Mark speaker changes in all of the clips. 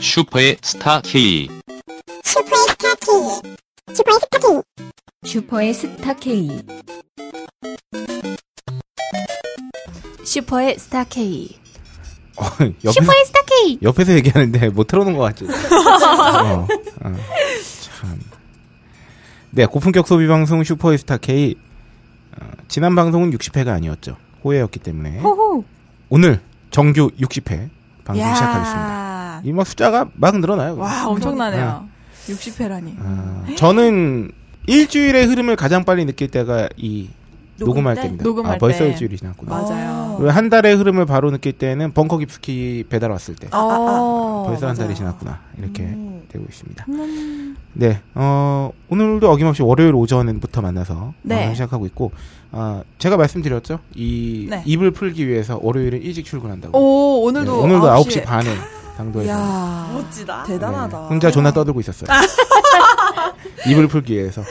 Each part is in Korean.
Speaker 1: 슈퍼의 스타 K.
Speaker 2: 슈퍼의 스타 K. 슈퍼의 스타 K.
Speaker 3: 슈퍼의 스타 K. 슈퍼의 스타 K.
Speaker 4: 어, 옆에서, 슈퍼의 스타 K. 옆에서 얘기하는데 못 틀어놓은 것 같지. 어, 어, 참. 네, 고품격 소비 방송 슈퍼의 스타 K. 어, 지난 방송은 60회가 아니었죠. 호회였기 때문에
Speaker 5: 호호.
Speaker 4: 오늘 정규 60회 방송 시작하겠습니다. 이 막 숫자가 막 늘어나요.
Speaker 5: 와, 엄청나네요. 60회라니.
Speaker 4: 아, 저는 일주일의 흐름을 가장 빨리 느낄 때가 이 녹음 할
Speaker 3: 때?
Speaker 4: 때입니다.
Speaker 5: 녹음할
Speaker 4: 아, 벌써
Speaker 5: 때.
Speaker 4: 일주일이 지났구나.
Speaker 5: 맞아요.
Speaker 4: 그리고 한 달의 흐름을 바로 느낄 때는 벙커 깊숙이 배달 왔을 때.
Speaker 5: 어,
Speaker 4: 아, 벌써 한 달이
Speaker 5: 맞아요.
Speaker 4: 지났구나. 이렇게 되고 있습니다.
Speaker 5: 음,
Speaker 4: 네, 어, 오늘도 어김없이 월요일 오전부터 만나서
Speaker 5: 네.
Speaker 4: 방송 시작하고 있고, 아, 제가 말씀드렸죠? 이
Speaker 5: 네.
Speaker 4: 입을 풀기 위해서 월요일은 일찍 출근한다고.
Speaker 5: 오,
Speaker 4: 네,
Speaker 5: 오늘도.
Speaker 4: 오늘도
Speaker 5: 9시.
Speaker 4: 9시 반에
Speaker 6: 네.
Speaker 4: 당도에서.
Speaker 5: 이야.
Speaker 6: 어, 멋지다.
Speaker 5: 대단하다.
Speaker 4: 네, 혼자 존나 떠들고 있었어요. 입을 풀기 위해서.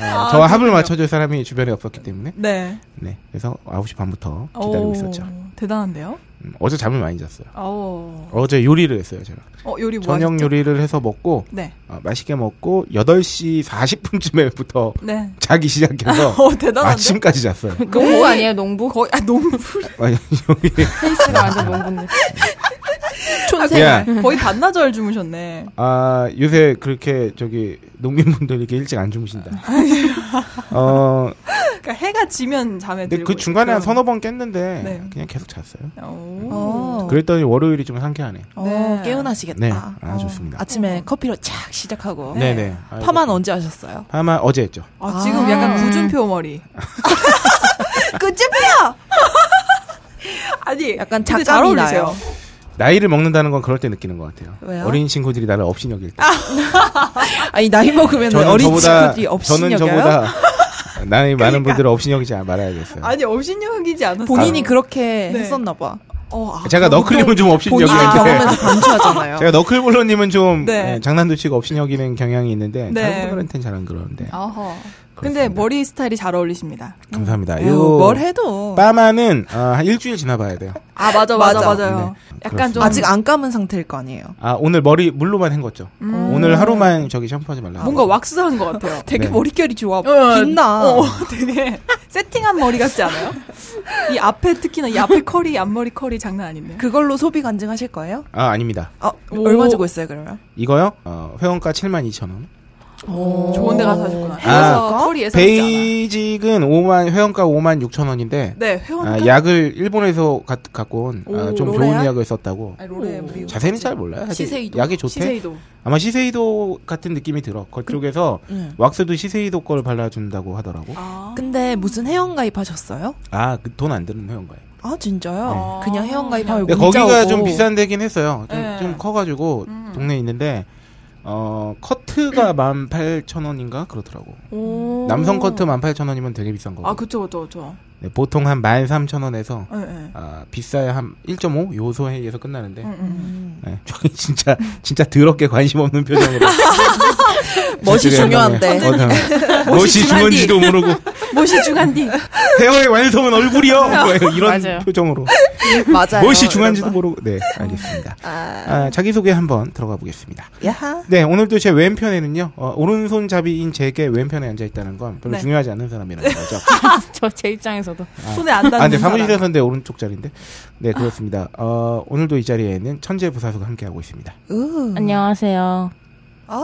Speaker 4: 아, 저와 합을 맞춰줄 사람이 주변에 없었기 때문에.
Speaker 5: 네.
Speaker 4: 네, 그래서 9시 반부터 기다리고
Speaker 5: 오,
Speaker 4: 있었죠.
Speaker 5: 대단한데요?
Speaker 4: 음, 어제 잠을 많이 잤어요.
Speaker 5: 어.
Speaker 4: 어제 요리를 했어요, 제가.
Speaker 5: 어, 요리 뭐
Speaker 4: 저녁
Speaker 5: 하셨죠?
Speaker 4: 요리를 해서 먹고,
Speaker 5: 네.
Speaker 4: 어, 맛있게 먹고 8시 40분쯤에부터
Speaker 5: 네.
Speaker 4: 자기 시작해서
Speaker 5: 어, 대단한데?
Speaker 4: 아침까지 잤어요.
Speaker 6: 농부 네. 아니에요, 농부?
Speaker 5: 거의, 아, 농부.
Speaker 4: 아니, 여기
Speaker 6: 페이스가 완전 농부인데.
Speaker 4: 야.
Speaker 5: 촌생활. 거의 반나절 주무셨네.
Speaker 4: 아 요새 그렇게 저기 농민분들 이렇게 일찍 안 주무신다. 어,
Speaker 5: 그러니까 해가 지면 잠에
Speaker 4: 근데
Speaker 5: 들고.
Speaker 4: 그 중간에 한
Speaker 5: 그런-
Speaker 4: 서너 번 깼는데
Speaker 5: 네.
Speaker 4: 그냥 계속 잤어요.
Speaker 5: 오.
Speaker 4: 그랬더니 월요일이 좀 상쾌하네.
Speaker 5: 네.
Speaker 6: 어, 깨어나시겠다.
Speaker 4: 네, 아,
Speaker 6: 어.
Speaker 4: 좋습니다.
Speaker 6: 아침에 커피로 착 시작하고.
Speaker 4: 네, 네. 아이고.
Speaker 6: 파마는 언제 하셨어요?
Speaker 4: 파마 어제 했죠.
Speaker 5: 아, 지금 약간 구준표 머리.
Speaker 4: 그
Speaker 6: 끝집이야!
Speaker 5: 아니,
Speaker 6: 약간
Speaker 5: 근데 잘
Speaker 6: 작감이
Speaker 5: 어울리세요.
Speaker 6: 나요.
Speaker 4: 나이를 먹는다는 건 그럴 때 느끼는 것 같아요.
Speaker 6: 왜요?
Speaker 4: 어린 친구들이 나를 업신여길 때.
Speaker 6: 아니, 나이 먹으면 어린 친구들이 그러니까. 없이
Speaker 4: 저는 저보다 나이 많은 분들은 업신여기지 말아야겠어요.
Speaker 5: 아니, 업신여기지 않았어요.
Speaker 6: 본인이
Speaker 4: 아.
Speaker 6: 그렇게
Speaker 5: 네.
Speaker 6: 했었나본인이
Speaker 5: 어, 아,
Speaker 4: 제가 너클님은 좀 업신여기는데
Speaker 6: 경험에서 감추하잖아요.
Speaker 4: 제가 너클볼러님은 좀
Speaker 5: 네.
Speaker 4: 예, 장난도 치고 업신여기는 경향이 있는데
Speaker 5: 네. 아.
Speaker 4: 다른 분들한테는 잘 안 그러는데
Speaker 5: 어허. 근데
Speaker 4: 그렇습니다.
Speaker 5: 머리 스타일이 잘 어울리십니다.
Speaker 4: 감사합니다.
Speaker 6: 에휴,
Speaker 4: 이거
Speaker 6: 뭘 해도.
Speaker 4: 빠마는 어, 한 일주일 지나봐야 돼요.
Speaker 5: 아, 맞아,
Speaker 6: 맞아,
Speaker 5: 맞아요.
Speaker 4: 네,
Speaker 5: 약간 좀.
Speaker 4: 그렇습니다.
Speaker 6: 아직 안 감은 상태일 거 아니에요.
Speaker 4: 아 오늘 머리 물로만 헹궜죠.
Speaker 6: 음.
Speaker 4: 오늘 하루만 저기 샴푸하지 말라고.
Speaker 5: 음. 아, 뭔가 왁스한 것 같아요.
Speaker 6: 되게
Speaker 4: 네.
Speaker 6: 머릿결이 좋아.
Speaker 5: 어,
Speaker 6: 빛나.
Speaker 5: 어, 되게 세팅한 머리 같지 않아요? 이 앞에 특히나 이 앞에 컬이 앞머리 컬이 장난 아닌데.
Speaker 6: 그걸로 소비 간증하실 거예요?
Speaker 4: 아 아닙니다.
Speaker 6: 아,
Speaker 5: 오.
Speaker 6: 얼마 주고 있어요, 그러면?
Speaker 4: 이거요? 어, 회원가 7만 2천 원.
Speaker 5: 좋은 데 가서 하셨구나.
Speaker 4: 아,
Speaker 5: 그래서 컬이 예상되지 않아.
Speaker 4: 베이직은 5만 회원가 5만 6천 원인데
Speaker 5: 네, 회원
Speaker 4: 아, 약을 일본에서 가- 갖고 온 좀
Speaker 5: 오,
Speaker 4: 좋은
Speaker 6: 로레아?
Speaker 4: 약을 썼다고.
Speaker 5: 아, 롤에 우리
Speaker 4: 자세히는 잘 몰라요. 사실
Speaker 6: 시세이도.
Speaker 4: 약이 좋대.
Speaker 5: 시세이도.
Speaker 4: 아마 시세이도 같은 느낌이 들어. 그쪽에서
Speaker 6: 응.
Speaker 4: 왁스도 시세이도 걸 발라준다고 하더라고.
Speaker 5: 아.
Speaker 6: 근데 무슨 회원 가입하셨어요?
Speaker 4: 아, 그 돈 안 드는 회원가요.
Speaker 6: 아, 진짜요? 아.
Speaker 5: 네.
Speaker 6: 그냥 회원 가입하고
Speaker 4: 근데
Speaker 6: 문자
Speaker 4: 거기가
Speaker 6: 오고. 음.
Speaker 4: 좀 비싼 데긴 했어요. 좀,
Speaker 5: 네.
Speaker 4: 좀 커가지고 동네에 있는데 어 커트가 18,000원인가 그렇더라고.
Speaker 5: 오.
Speaker 4: 남성 커트 18,000원이면 되게 비싼 거고.
Speaker 5: 아, 그쵸, 그쵸, 그쵸.
Speaker 4: 네, 보통 한
Speaker 6: 음.
Speaker 4: 13,000원에서
Speaker 5: 예, 예.
Speaker 4: 아, 비싸야 한 1.5 요소에 의해서 끝나는데.
Speaker 5: 응,
Speaker 6: 음.
Speaker 5: 응.
Speaker 4: 네, 저기 진짜 진짜 더럽게 관심 없는 표정으로.
Speaker 6: 멋이
Speaker 4: 저쪽에
Speaker 6: 중요한데.
Speaker 4: 어, 네. 멋이 중요한지도 모르고
Speaker 5: 모시 중한디.
Speaker 4: 헤어의 완성은 얼굴이요. 뭐 이런
Speaker 6: 맞아요.
Speaker 4: 표정으로.
Speaker 6: 네,
Speaker 4: 뭐
Speaker 6: 맞아요.
Speaker 4: 무엇이 중요한지도
Speaker 6: 이런 거.
Speaker 4: 모르고. 네, 알겠습니다. 아, 자기소개 한번 들어가 보겠습니다.
Speaker 6: 야하.
Speaker 4: 네, 오늘도 제 왼편에는요, 어, 오른손잡이인 제게 왼편에 앉아있다는 건 별로
Speaker 5: 네.
Speaker 4: 중요하지 않은 사람이라는 거죠.
Speaker 7: 저 제 입장에서도
Speaker 5: 손에 안 닿는
Speaker 4: 아, 근데
Speaker 5: 사람.
Speaker 4: 사무실에서인데 오른쪽 자리인데. 네, 그렇습니다.
Speaker 6: 아.
Speaker 4: 어, 오늘도 이 자리에 있는 천재 부사수가 함께하고 있습니다.
Speaker 6: 으.
Speaker 7: 안녕하세요.
Speaker 6: 아.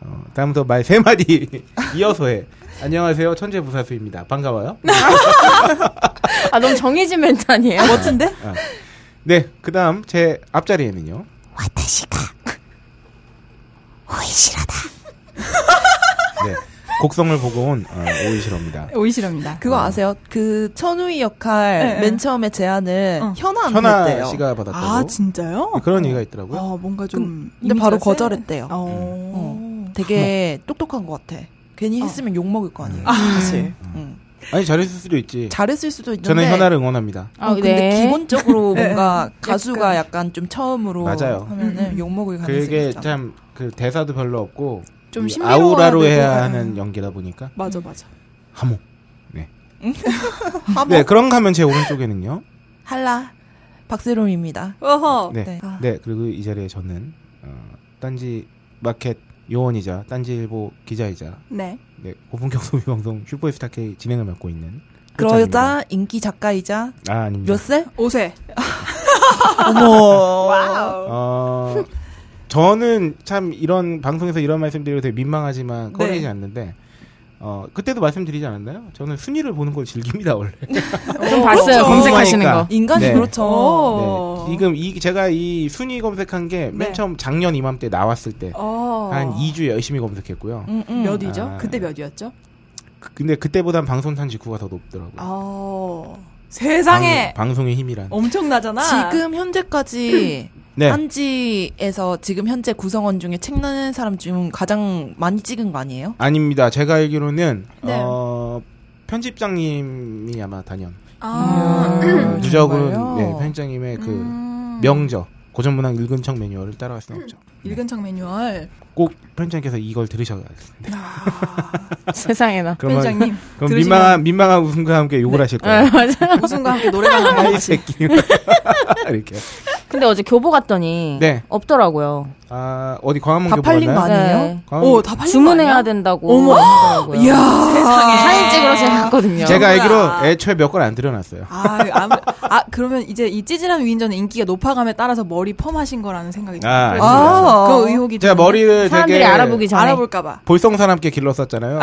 Speaker 4: 어, 다음부터 말 세 마디 이어서 해. 안녕하세요, 천재 부사수입니다. 반가워요.
Speaker 7: 아 너무 정해진 멘트 아니에요?
Speaker 5: 멋진데?
Speaker 4: 네, 그 다음 제 앞자리에는요. 와타시가 오이시로다. 네, 곡성을 보고 온 어, 오이시로입니다.
Speaker 5: 오이시랍니다.
Speaker 4: 어.
Speaker 6: 그거 아세요? 그 천우희 역할
Speaker 5: 네,
Speaker 6: 맨
Speaker 5: 네.
Speaker 6: 처음에 제안을
Speaker 5: 어.
Speaker 6: 현아한테
Speaker 4: 현아
Speaker 6: 했대요.
Speaker 4: 씨가 받았다고.
Speaker 5: 아, 진짜요?
Speaker 4: 그런 얘기가 있더라고요.
Speaker 5: 아, 뭔가 좀.
Speaker 6: 근데 바로
Speaker 5: 이미지가 세.
Speaker 6: 거절했대요.
Speaker 5: 어.
Speaker 6: 되게 똑똑한 것 같아. 괜히 했으면 욕 먹을 거 어. 아니에요. 사실.
Speaker 4: 음.
Speaker 6: 음. 응.
Speaker 4: 아니 잘했을 수도 있지.
Speaker 6: 잘했을 수도 있는데.
Speaker 4: 예. 저는 현아를 응원합니다.
Speaker 6: 어, 근데
Speaker 7: 네.
Speaker 6: 기본적으로 뭔가 가수가
Speaker 5: 네. 약간.
Speaker 6: 약간 좀 처음으로
Speaker 4: 맞아요.
Speaker 6: 하면은 욕 먹을 가능성이
Speaker 4: 그게
Speaker 6: 있잖아.
Speaker 4: 참 그 대사도 별로 없고
Speaker 5: 좀
Speaker 4: 이
Speaker 5: 신비로워야
Speaker 4: 아우라로
Speaker 5: 되고.
Speaker 4: 해야 하는 연기다 보니까
Speaker 5: 맞아, 맞아.
Speaker 4: 하모. 네. 하모. 네 그런가 하면 제 오른쪽에는요.
Speaker 6: 할라 박세롬입니다.
Speaker 5: 어허.
Speaker 4: 네.
Speaker 6: 네. 아.
Speaker 4: 네, 그리고 이 자리에 저는 어, 딴지 마켓 요원이자 딴지일보 기자이자
Speaker 5: 네.
Speaker 4: 네, 고품격 소비 방송 슈퍼스타 K 진행을 맡고 있는
Speaker 6: 그러자 인기 작가이자
Speaker 4: 끝장입니다. 아, 아닙니다.
Speaker 6: 몇 세?
Speaker 5: 5세.
Speaker 6: 어머.
Speaker 4: 어, 저는 참 이런 방송에서 이런 말씀드리고 되게 민망하지만
Speaker 5: 네.
Speaker 4: 꺼내지 않는데 어, 그때도 말씀드리지 않았나요? 저는 순위를 보는 걸 즐깁니다 원래.
Speaker 7: 좀 봤어요.
Speaker 4: 그렇죠.
Speaker 7: 검색하시는
Speaker 4: 궁금하니까.
Speaker 7: 거.
Speaker 6: 인간이
Speaker 4: 네.
Speaker 6: 그렇죠.
Speaker 5: 어.
Speaker 4: 네, 지금 이 제가 이 순위 검색한 게 맨
Speaker 5: 네.
Speaker 4: 처음 작년 이맘때 나왔을 때 한
Speaker 5: 어.
Speaker 4: 2주 열심히 검색했고요.
Speaker 6: 음, 음.
Speaker 5: 몇이죠?
Speaker 4: 아.
Speaker 5: 그때 몇이었죠?
Speaker 4: 그- 근데 그때보단 방송 탄 직후가 더 높더라고요.
Speaker 5: 어. 아, 세상에 어,
Speaker 4: 방, 방송의 힘이란.
Speaker 5: 엄청나잖아.
Speaker 6: 지금 현재까지
Speaker 4: 네.
Speaker 6: 한지에서 지금 현재 구성원 중에 책 내는 사람 중 가장 많이 찍은 거 아니에요?
Speaker 4: 아닙니다. 제가 알기로는
Speaker 5: 네.
Speaker 4: 어, 편집장님이 아마 단연 그
Speaker 5: 아.
Speaker 6: 음,
Speaker 4: 누적으로는
Speaker 6: 정말요?
Speaker 4: 네, 편집장님의 그
Speaker 5: 음.
Speaker 4: 명저 고전문학 읽은 척 매뉴얼을 따라갈 수는 없죠.
Speaker 5: 읽은 척 매뉴얼.
Speaker 4: 꼭 편집장님께서 이걸 들으셔야 겠습니다
Speaker 7: 세상에나.
Speaker 4: 그러면
Speaker 5: 편장님
Speaker 4: 그럼
Speaker 5: 들으시면-
Speaker 4: 민망한 민망한 웃음과 함께 욕을 하실 거예요.
Speaker 5: 우승과 함께 노래방 하는
Speaker 4: 아이
Speaker 5: 거지.
Speaker 4: 새끼 이렇게.
Speaker 7: 근데 어제 교보 갔더니
Speaker 4: 네.
Speaker 7: 없더라고요. 네.
Speaker 4: 아 어디 광화문
Speaker 6: 다
Speaker 4: 교보
Speaker 6: 팔린 거
Speaker 4: 갔나요?
Speaker 6: 아니에요?
Speaker 4: 광화문-
Speaker 5: 오, 다 팔린
Speaker 7: 주문해야
Speaker 5: 거
Speaker 7: 된다고.
Speaker 5: 어머!
Speaker 7: 하더라고요.
Speaker 5: 아니야? 이야. 세상에.
Speaker 7: 사진 찍으러 제가 갔거든요.
Speaker 4: 제가
Speaker 5: 뭐야.
Speaker 4: 알기로 애초에 몇 건 안 들여놨어요.
Speaker 5: 아, 아무- 아, 그러면 이제 이 찌질한 위인전의 인기가 높아감에 따라서 머리 펌하신 거라는 생각이 들어요.
Speaker 4: 아,
Speaker 5: 그래서 그 의혹이
Speaker 4: 제가
Speaker 5: 드는데
Speaker 4: 머리를
Speaker 7: 사람들이
Speaker 4: 되게
Speaker 7: 알아보기 전에.
Speaker 5: 알아볼까봐.
Speaker 4: 볼성사람께 길렀었잖아요.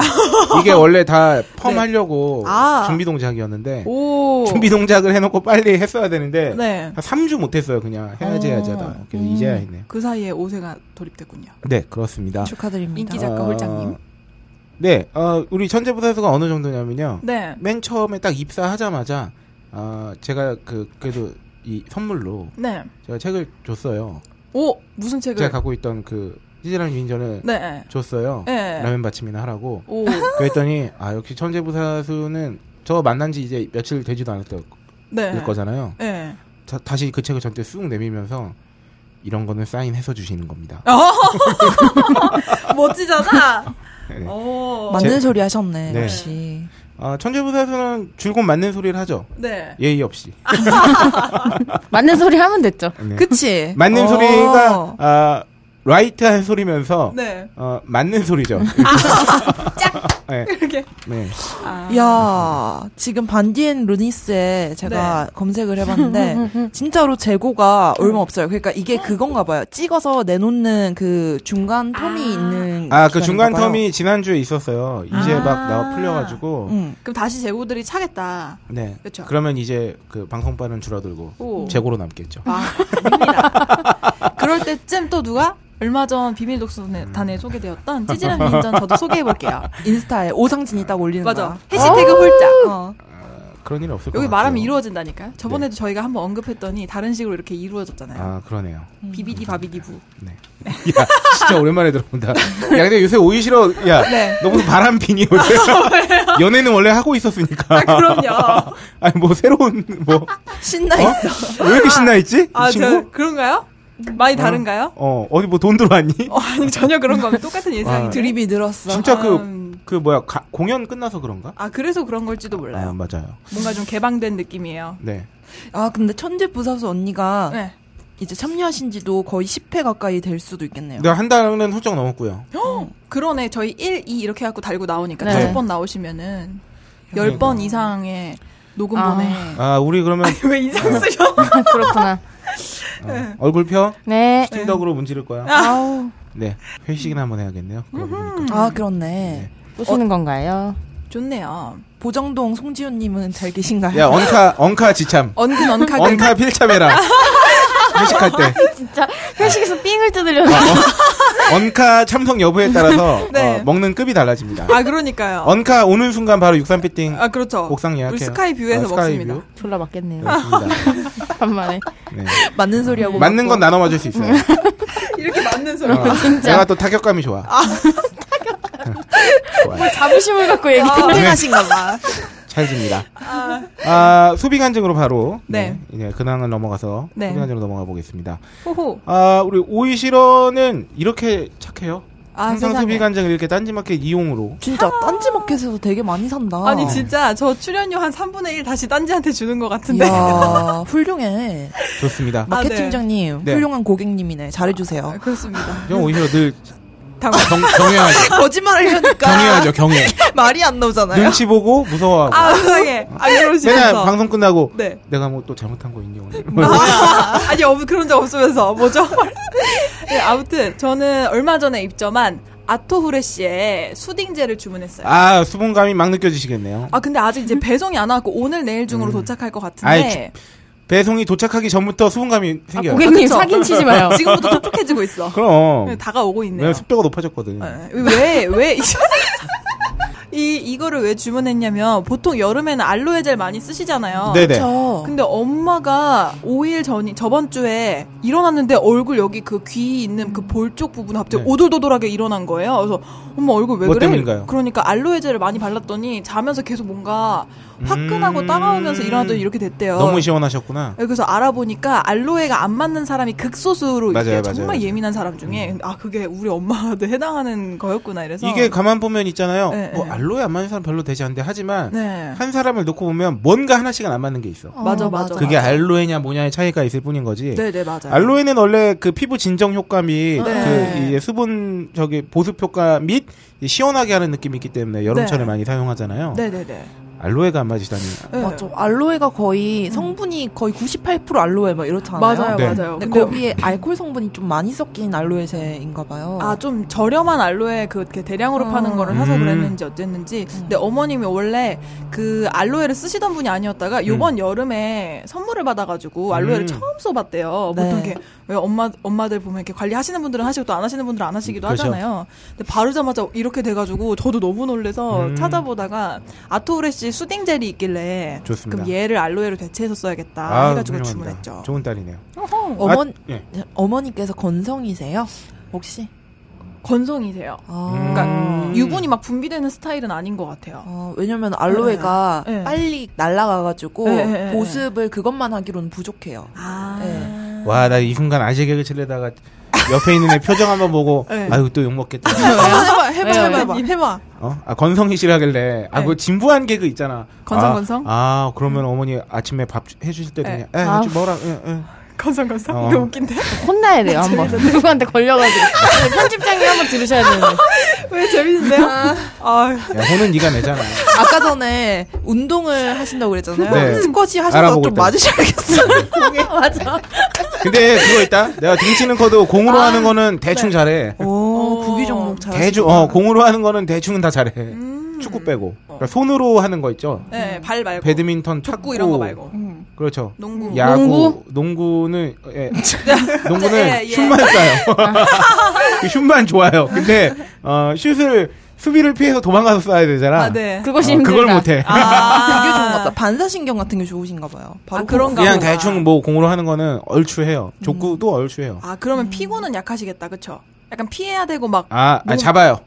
Speaker 4: 이게 원래 다 펌하려고
Speaker 5: 아.
Speaker 4: 준비 동작이었는데
Speaker 5: 오.
Speaker 4: 네. 준비 동작을 해놓고 빨리 했어야 되는데
Speaker 5: 네.
Speaker 4: 한 3주 못했어요. 그냥 해야지 해야지 하다. 그래서 이제야 했네요.
Speaker 5: 그 사이에 5세가 도입됐군요.
Speaker 4: 네 그렇습니다.
Speaker 6: 축하드립니다.
Speaker 5: 인기 작가
Speaker 4: 어,
Speaker 5: 홀장님.
Speaker 4: 네, 어, 우리 천재부사수가 어느 정도냐면요.
Speaker 5: 네.
Speaker 4: 맨 처음에 딱 입사하자마자 어, 제가 그 그래도 이 선물로
Speaker 5: 네.
Speaker 4: 제가 책을 줬어요.
Speaker 5: 오, 무슨
Speaker 4: 제가
Speaker 5: 책을?
Speaker 4: 갖고 있던 그 찌질한 유인전을
Speaker 5: 네.
Speaker 4: 줬어요.
Speaker 5: 네.
Speaker 4: 라면 받침이나 하라고.
Speaker 5: 오.
Speaker 4: 그랬더니 아 역시 천재부사수는 저 만난 지 이제 며칠 되지도 않았을
Speaker 5: 네.
Speaker 4: 거잖아요.
Speaker 5: 네.
Speaker 4: 자- 다시 그 책을 저한테 쑥 내밀면서 이런 거는 사인해서 주시는 겁니다.
Speaker 5: 어? 멋지잖아.
Speaker 4: 네.
Speaker 5: 오.
Speaker 6: 어. 맞는 소리 하셨네
Speaker 4: 네.
Speaker 6: 역시.
Speaker 4: 아, 천재부사수는 줄곧 맞는 소리를 하죠.
Speaker 5: 네.
Speaker 4: 예의 없이.
Speaker 7: 맞는 소리 하면 됐죠.
Speaker 4: 네.
Speaker 6: 그치?
Speaker 4: 맞는
Speaker 6: 어.
Speaker 4: 소리가 아, 라이트한 소리면서
Speaker 5: 네. 아,
Speaker 4: 어, 맞는 소리죠. 짝. 네.
Speaker 5: 이렇게.
Speaker 4: 네.
Speaker 5: 아.
Speaker 6: 야 지금 반디앤 루니스에
Speaker 5: 네.
Speaker 6: 제가 검색을 해봤는데 진짜로 재고가
Speaker 5: 음.
Speaker 6: 얼마 없어요. 그러니까 이게 그건가 봐요. 찍어서 내놓는 그 중간 텀이 있는
Speaker 4: 아 그 중간
Speaker 6: 기간인가 봐요.
Speaker 4: 텀이 지난주에 있었어요. 이제
Speaker 5: 음, 아.
Speaker 4: 막 나와 풀려가지고.
Speaker 6: 응.
Speaker 5: 그럼 다시 재고들이 차겠다.
Speaker 4: 네.
Speaker 5: 그쵸.
Speaker 4: 러면 이제 그 방송반은 줄어들고
Speaker 5: 오.
Speaker 4: 재고로 남겠죠.
Speaker 5: 아, 아닙니다. 그럴 때쯤 또 누가 얼마 전 비밀
Speaker 4: 음.
Speaker 5: 독서단에 소개되었던 찌질한 민전 저도 소개해 볼게요.
Speaker 6: 인스타에 오상진이 딱 올리는
Speaker 5: 맞아.
Speaker 6: 거야.
Speaker 5: 해시태그 홀짝.
Speaker 6: 어.
Speaker 4: 아, 그런 일 없을 것 같아요. 네.
Speaker 5: 여기 말하면 이루어진다니까요. 저번에도 저희가 한번 언급했더니 다른 식으로 이렇게 이루어졌잖아요.
Speaker 4: 아 그러네요.
Speaker 5: 비비디 바비디부.
Speaker 4: 네. 야 진짜 오랜만에 들어본다. 야 근데 요새 오이 싫어. 야
Speaker 5: 네.
Speaker 4: 너무 바람 비니 요새. 연애는 원래 하고 있었으니까.
Speaker 5: 아, 그럼요.
Speaker 4: 아니 뭐 새로운 뭐.
Speaker 6: 신나
Speaker 4: 어?
Speaker 6: 있어.
Speaker 4: 왜 이렇게 신나 있지?
Speaker 5: 아,
Speaker 4: 이 친구?
Speaker 5: 저 그런가요? 많이 다른가요?
Speaker 4: 어 어디 뭐 돈 들어왔니?
Speaker 5: 어, 아니 전혀 그런 거 없는 똑같은 예상이
Speaker 4: 아.
Speaker 5: 드립.
Speaker 6: 드립이 늘었어.
Speaker 4: 진짜 그 그
Speaker 5: 음.
Speaker 4: 뭐야 가- 공연 끝나서 그런가?
Speaker 5: 아, 그래서 그런 걸지도 몰라요.
Speaker 4: 아 맞아요.
Speaker 5: 뭔가 좀 개방된 느낌이에요.
Speaker 4: 네.
Speaker 6: 아 근데 천재 부사수
Speaker 4: 아.
Speaker 6: 언니가
Speaker 5: 네.
Speaker 6: 이제 참여하신 지도 거의 10회 가까이 될 수도 있겠네요.
Speaker 4: 내가 한 달은 훌쩍 넘었고요.
Speaker 5: 어.
Speaker 6: 어.
Speaker 5: 그러네. 저희 1, 2 이렇게 갖고 달고 나오니까
Speaker 7: 네.
Speaker 5: 열 번 나오시면은
Speaker 4: 그러니까.
Speaker 5: 열 번 이상의 녹음본에 어.
Speaker 4: 아 우리 그러면
Speaker 5: 왜 이상 쓰셔?
Speaker 7: 그렇구나.
Speaker 4: 어, 얼굴 펴
Speaker 7: 네.
Speaker 4: 스틸덕으로 문지를 거야.
Speaker 7: 아우.
Speaker 4: 네 회식이나 한번 해야겠네요. 그러고 보니까.
Speaker 6: 아 그렇네.
Speaker 7: 보시는 건가요?
Speaker 5: 좋네요.
Speaker 6: 보정동 송지훈님은 잘 계신가요?
Speaker 4: 야 엉카 엉카 지참.
Speaker 5: 언근 언카근.
Speaker 4: 원카 필참해라. 회식할 때
Speaker 7: 진짜 회식에서 삥을 뜯으려고.
Speaker 4: 원카 참석 여부에 따라서
Speaker 5: 네.
Speaker 4: 어, 먹는 급이 달라집니다.
Speaker 5: 아 그러니까요.
Speaker 4: 원카 오는 순간 바로 육삼 피팅
Speaker 5: 아 그렇죠.
Speaker 4: 옥상 예약해요.
Speaker 5: 우리 스카이뷰에서
Speaker 4: 아, 스카이뷰.
Speaker 5: 먹습니다.
Speaker 7: 졸라 맞겠네요.
Speaker 4: 그렇습니다.
Speaker 7: 간만에.
Speaker 4: 네.
Speaker 6: 맞는 소리하고
Speaker 4: 맞는
Speaker 6: 맞고.
Speaker 4: 건 나눠 맞을 수 있어요.
Speaker 5: 음. 이렇게 맞는 소리.
Speaker 4: 어, 내가 또 타격감이 좋아. 좋아요.
Speaker 7: 자부심을 갖고 얘기.
Speaker 4: 아, 네.
Speaker 6: 팽팽하신가 봐.
Speaker 4: 잘 집니다. 아, 소비 간증으로 바로
Speaker 5: 네.
Speaker 4: 네. 이제 근황을 넘어가서
Speaker 5: 네.
Speaker 4: 소비 간증으로 넘어가 보겠습니다.
Speaker 5: 호호.
Speaker 4: 아, 우리 오이시러는 이렇게 착해요.
Speaker 5: 아,
Speaker 4: 항상
Speaker 5: 세상에.
Speaker 4: 소비 간장 이렇게 딴지마켓 이용으로
Speaker 6: 진짜 딴지마켓에서 되게 많이 산다.
Speaker 4: 어.
Speaker 5: 아니 진짜 저 출연료 한 3분의 1 다시 딴지한테 주는 것 같은데.
Speaker 6: 이야, 훌륭해.
Speaker 4: 좋습니다.
Speaker 5: 아, 네.
Speaker 6: 마케팅장님,
Speaker 4: 네.
Speaker 6: 훌륭한 고객님이네.
Speaker 5: 아,
Speaker 6: 잘해주세요.
Speaker 5: 그렇습니다.
Speaker 4: 저 오히려 늘
Speaker 5: 당황.
Speaker 4: 경, 경외하죠.
Speaker 6: 거짓말을 하니까
Speaker 4: 경외하죠, 경외.
Speaker 6: 말이 안 나오잖아요.
Speaker 4: 눈치 보고 무서워하고.
Speaker 5: 아 세상에. 아
Speaker 4: 어. 맨날
Speaker 5: 이러시면서.
Speaker 4: 방송 끝나고
Speaker 5: 네.
Speaker 4: 내가 뭐 또 잘못한 거 있니 오늘? 뭐
Speaker 5: 아, 아니 없- 그런 적 없으면서 뭐죠? 네, 아무튼 저는 얼마 전에 입점한 아토후레 씨의 수딩제를 주문했어요. 아,
Speaker 4: 아 수분감이 막 느껴지시겠네요.
Speaker 5: 근데 아직 이제 배송이 안 와갖고 오늘 내일 중으로 도착할 것 같은데
Speaker 4: 음. 아이, 배송이 도착하기 전부터 수분감이 생겨요.
Speaker 7: 고객님
Speaker 5: 그쵸?
Speaker 7: 사긴 치지 마요.
Speaker 5: 지금부터 촉촉해지고 있어.
Speaker 4: 그럼
Speaker 5: 다가오고 있네요. 네.
Speaker 4: 왜냐면 습도가 높아졌거든.
Speaker 5: 왜, 왜, 이, 이거를 왜 주문했냐면, 보통 여름에는 알로에 젤 많이 쓰시잖아요.
Speaker 4: 네네.
Speaker 6: 저
Speaker 5: 근데 엄마가 5일 전, 저번 주에 일어났는데 얼굴 여기 그 귀 있는 그 볼 쪽 부분 갑자기
Speaker 4: 네.
Speaker 5: 오돌도돌하게 일어난 거예요. 그래서, 엄마 얼굴 왜
Speaker 4: 뭐
Speaker 5: 그래?
Speaker 4: 때문인가요?
Speaker 5: 그러니까 알로에 젤을 많이 발랐더니 자면서 계속 뭔가 화끈하고
Speaker 4: 음.
Speaker 5: 따가우면서 일어났더니 이렇게 됐대요.
Speaker 4: 너무 시원하셨구나.
Speaker 5: 네, 그래서 알아보니까 알로에가 안 맞는 사람이 극소수로
Speaker 4: 맞아요,
Speaker 5: 있대요.
Speaker 4: 맞아요,
Speaker 5: 정말
Speaker 4: 맞아요. 음.
Speaker 5: 예민한 사람 중에 근데 아 그게 우리 엄마도 해당하는 거였구나 이래서
Speaker 4: 이게 가만 보면 있잖아요.
Speaker 5: 네,
Speaker 4: 뭐
Speaker 5: 네.
Speaker 4: 알로에 안 맞는 사람 별로 되지 않는데 하지만
Speaker 5: 네
Speaker 4: 한 사람을 놓고 보면 뭔가 하나씩은 안 맞는 게 있어.
Speaker 5: 맞아, 맞아.
Speaker 4: 그게 알로에냐 뭐냐의 차이가 있을 뿐인 거지.
Speaker 5: 네네 맞아요
Speaker 4: 알로에는 원래 그 피부 진정 효과및
Speaker 5: 네.
Speaker 4: 그 이 수분 저기 보습 효과 및 시원하게 하는 느낌이 있기 때문에 여름철에
Speaker 5: 네.
Speaker 4: 많이 사용하잖아요.
Speaker 5: 네네네
Speaker 4: 알로에가 안 맞으시다니.
Speaker 5: 네.
Speaker 6: 맞죠. 알로에가 거의 성분이 거의 98% 알로에 막 이렇잖아요.
Speaker 5: 맞아요
Speaker 4: 네.
Speaker 5: 맞아요
Speaker 6: 근데
Speaker 5: 근데 뭐-
Speaker 6: 거기에 알코올 성분이 좀 많이 섞인 알로에제인가 봐요.
Speaker 5: 아좀 저렴한 알로에 그렇게 대량으로
Speaker 6: 어.
Speaker 5: 파는 거를 사서
Speaker 4: 어. 음.
Speaker 5: 그랬는지 어쨌는지 근데 어머님이 원래 그 알로에를 쓰시던 분이 아니었다가 요번 여름에 선물을 받아가지고 알로에를
Speaker 4: 음.
Speaker 5: 처음 써봤대요
Speaker 6: 네.
Speaker 5: 보통 이렇게 왜 엄마 엄마들 보면 이렇게 관리하시는 분들은 하시고 또 안 하시는 분들은 안 하시기도
Speaker 4: 그렇죠.
Speaker 5: 하잖아요 근데 바르자마자 이렇게 돼가지고 저도 너무 놀래서
Speaker 4: 음.
Speaker 5: 찾아보다가 아토우레시 수딩 젤이 있길래
Speaker 4: 좋습니다.
Speaker 5: 그럼 얘를 알로에로 대체해서 써야겠다
Speaker 4: 아,
Speaker 5: 해가지고
Speaker 4: 훌륭합니다.
Speaker 5: 주문했죠
Speaker 4: 좋은 딸이네요.
Speaker 6: 어머,
Speaker 4: 예.
Speaker 6: 네, 어머니께서 건성이세요? 혹시?
Speaker 5: 건성이세요
Speaker 6: 아.
Speaker 5: 그러니까
Speaker 4: 음.
Speaker 5: 유분이 막 분비되는 스타일은 아닌 것 같아요.
Speaker 6: 어, 왜냐면 알로에가
Speaker 5: 네.
Speaker 6: 빨리 날아가가지고
Speaker 5: 네, 네, 네.
Speaker 6: 보습을 그것만 하기로는 부족해요. 네.
Speaker 5: 아.
Speaker 4: 와, 나 이 순간 아재 개그 치려다가 옆에 있는 애 표정 한번 보고
Speaker 5: 네.
Speaker 4: 아유 또 욕 먹겠다.
Speaker 5: 해봐, 해봐,
Speaker 7: 왜요?
Speaker 4: 네,
Speaker 5: 해봐, 해봐. 해봐.
Speaker 4: 어? 아, 건성이 싫어하길래 아,
Speaker 5: 네.
Speaker 4: 그 진부한 개그 있잖아.
Speaker 5: 건성,
Speaker 4: 아,
Speaker 5: 건성?
Speaker 4: 아, 그러면 어머니 아침에 밥 주- 해주실 때
Speaker 5: 네.
Speaker 4: 그냥 에, 좀 뭐라. 예, 예.
Speaker 5: 건성, 건성.
Speaker 4: 어.
Speaker 5: 너무 웃긴데?
Speaker 7: 혼나야 돼요, 한번. 누구한테 걸려가지고. 편집장님 한번 들으셔야 되는데.
Speaker 5: 왜 재밌는데요? 아,
Speaker 4: 야, 혼은 네가 내잖아.
Speaker 6: 아까 전에 운동을 하신다고 그랬잖아요.
Speaker 4: 네.
Speaker 6: 스쿼시 하셔서
Speaker 4: 알아보고
Speaker 6: 좀
Speaker 4: 있다.
Speaker 6: 맞으셔야겠어요.
Speaker 7: 맞아.
Speaker 4: 근데 그거 있다. 내가 등치는 커도 공으로 하는 거는 대충 잘해.
Speaker 6: 오,
Speaker 5: 아, 네. 어.
Speaker 6: 구기 종목 잘.
Speaker 4: 대충 어 공으로 하는 거는 대충은 다 잘해.
Speaker 5: 음.
Speaker 4: 축구 빼고 그러니까 손으로 하는 거 있죠.
Speaker 5: 네, 발 말고.
Speaker 4: 배드민턴,
Speaker 5: 어. 탁구
Speaker 4: 탁구
Speaker 5: 이런 거 말고.
Speaker 4: 그렇죠.
Speaker 5: 농구.
Speaker 4: 야구, 농구? 는 예. 농구는
Speaker 5: 예, 예.
Speaker 4: 슛만 쏴요. 그 슛만 좋아요. 근데 어, 슛을 수비를 피해서 도망가서 쏴야 되잖아.
Speaker 5: 아, 네.
Speaker 7: 그것이
Speaker 4: 어,
Speaker 7: 힘들다.
Speaker 4: 그걸 못해.
Speaker 6: 구기 종목
Speaker 5: 아,
Speaker 6: 같다. 반사신경 같은 게 좋으신가 봐요. 바로
Speaker 5: 아, 그런가
Speaker 4: 그냥
Speaker 5: 보다.
Speaker 4: 대충 뭐 공으로 하는 거는 얼추 해요. 족구도 얼추 해요.
Speaker 5: 아, 그러면 피고는 약하시겠다, 그쵸? 약간 피해야 되고 막.
Speaker 4: 음. 아, 아, 잡아요.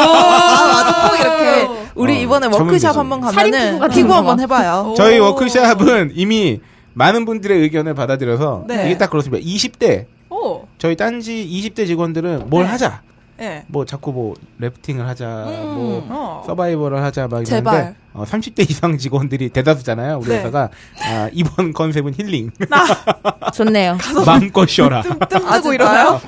Speaker 6: 아, 이렇게 우리
Speaker 4: 어,
Speaker 6: 이번에
Speaker 4: 잡으면
Speaker 6: 워크샵
Speaker 4: 되지.
Speaker 6: 한번
Speaker 7: 살인피구
Speaker 6: 가면은
Speaker 7: 같은
Speaker 6: 피구
Speaker 7: 거
Speaker 6: 한번
Speaker 7: 봐.
Speaker 6: 해봐요.
Speaker 4: 저희
Speaker 5: 오.
Speaker 4: 워크샵은 이미 많은 분들의 의견을 받아들여서
Speaker 5: 네.
Speaker 4: 이게 딱 그렇습니다. 20대
Speaker 5: 오.
Speaker 4: 저희 딴지 20대 직원들은 뭘
Speaker 5: 네.
Speaker 4: 하자.
Speaker 5: 예.
Speaker 4: 뭐 자꾸 뭐 래프팅을 하자.
Speaker 6: 음.
Speaker 4: 뭐
Speaker 5: 어.
Speaker 4: 서바이벌을 하자 막 이러는데
Speaker 6: 제발.
Speaker 4: 어, 30대 이상 직원들이 대다수잖아요. 우리
Speaker 5: 네.
Speaker 4: 회사가 아, 이번 컨셉은 힐링.
Speaker 7: 좋네요.
Speaker 4: 아, 마음껏 쉬어라.
Speaker 5: 뜸 뜨고
Speaker 4: 아.
Speaker 5: 일어나요?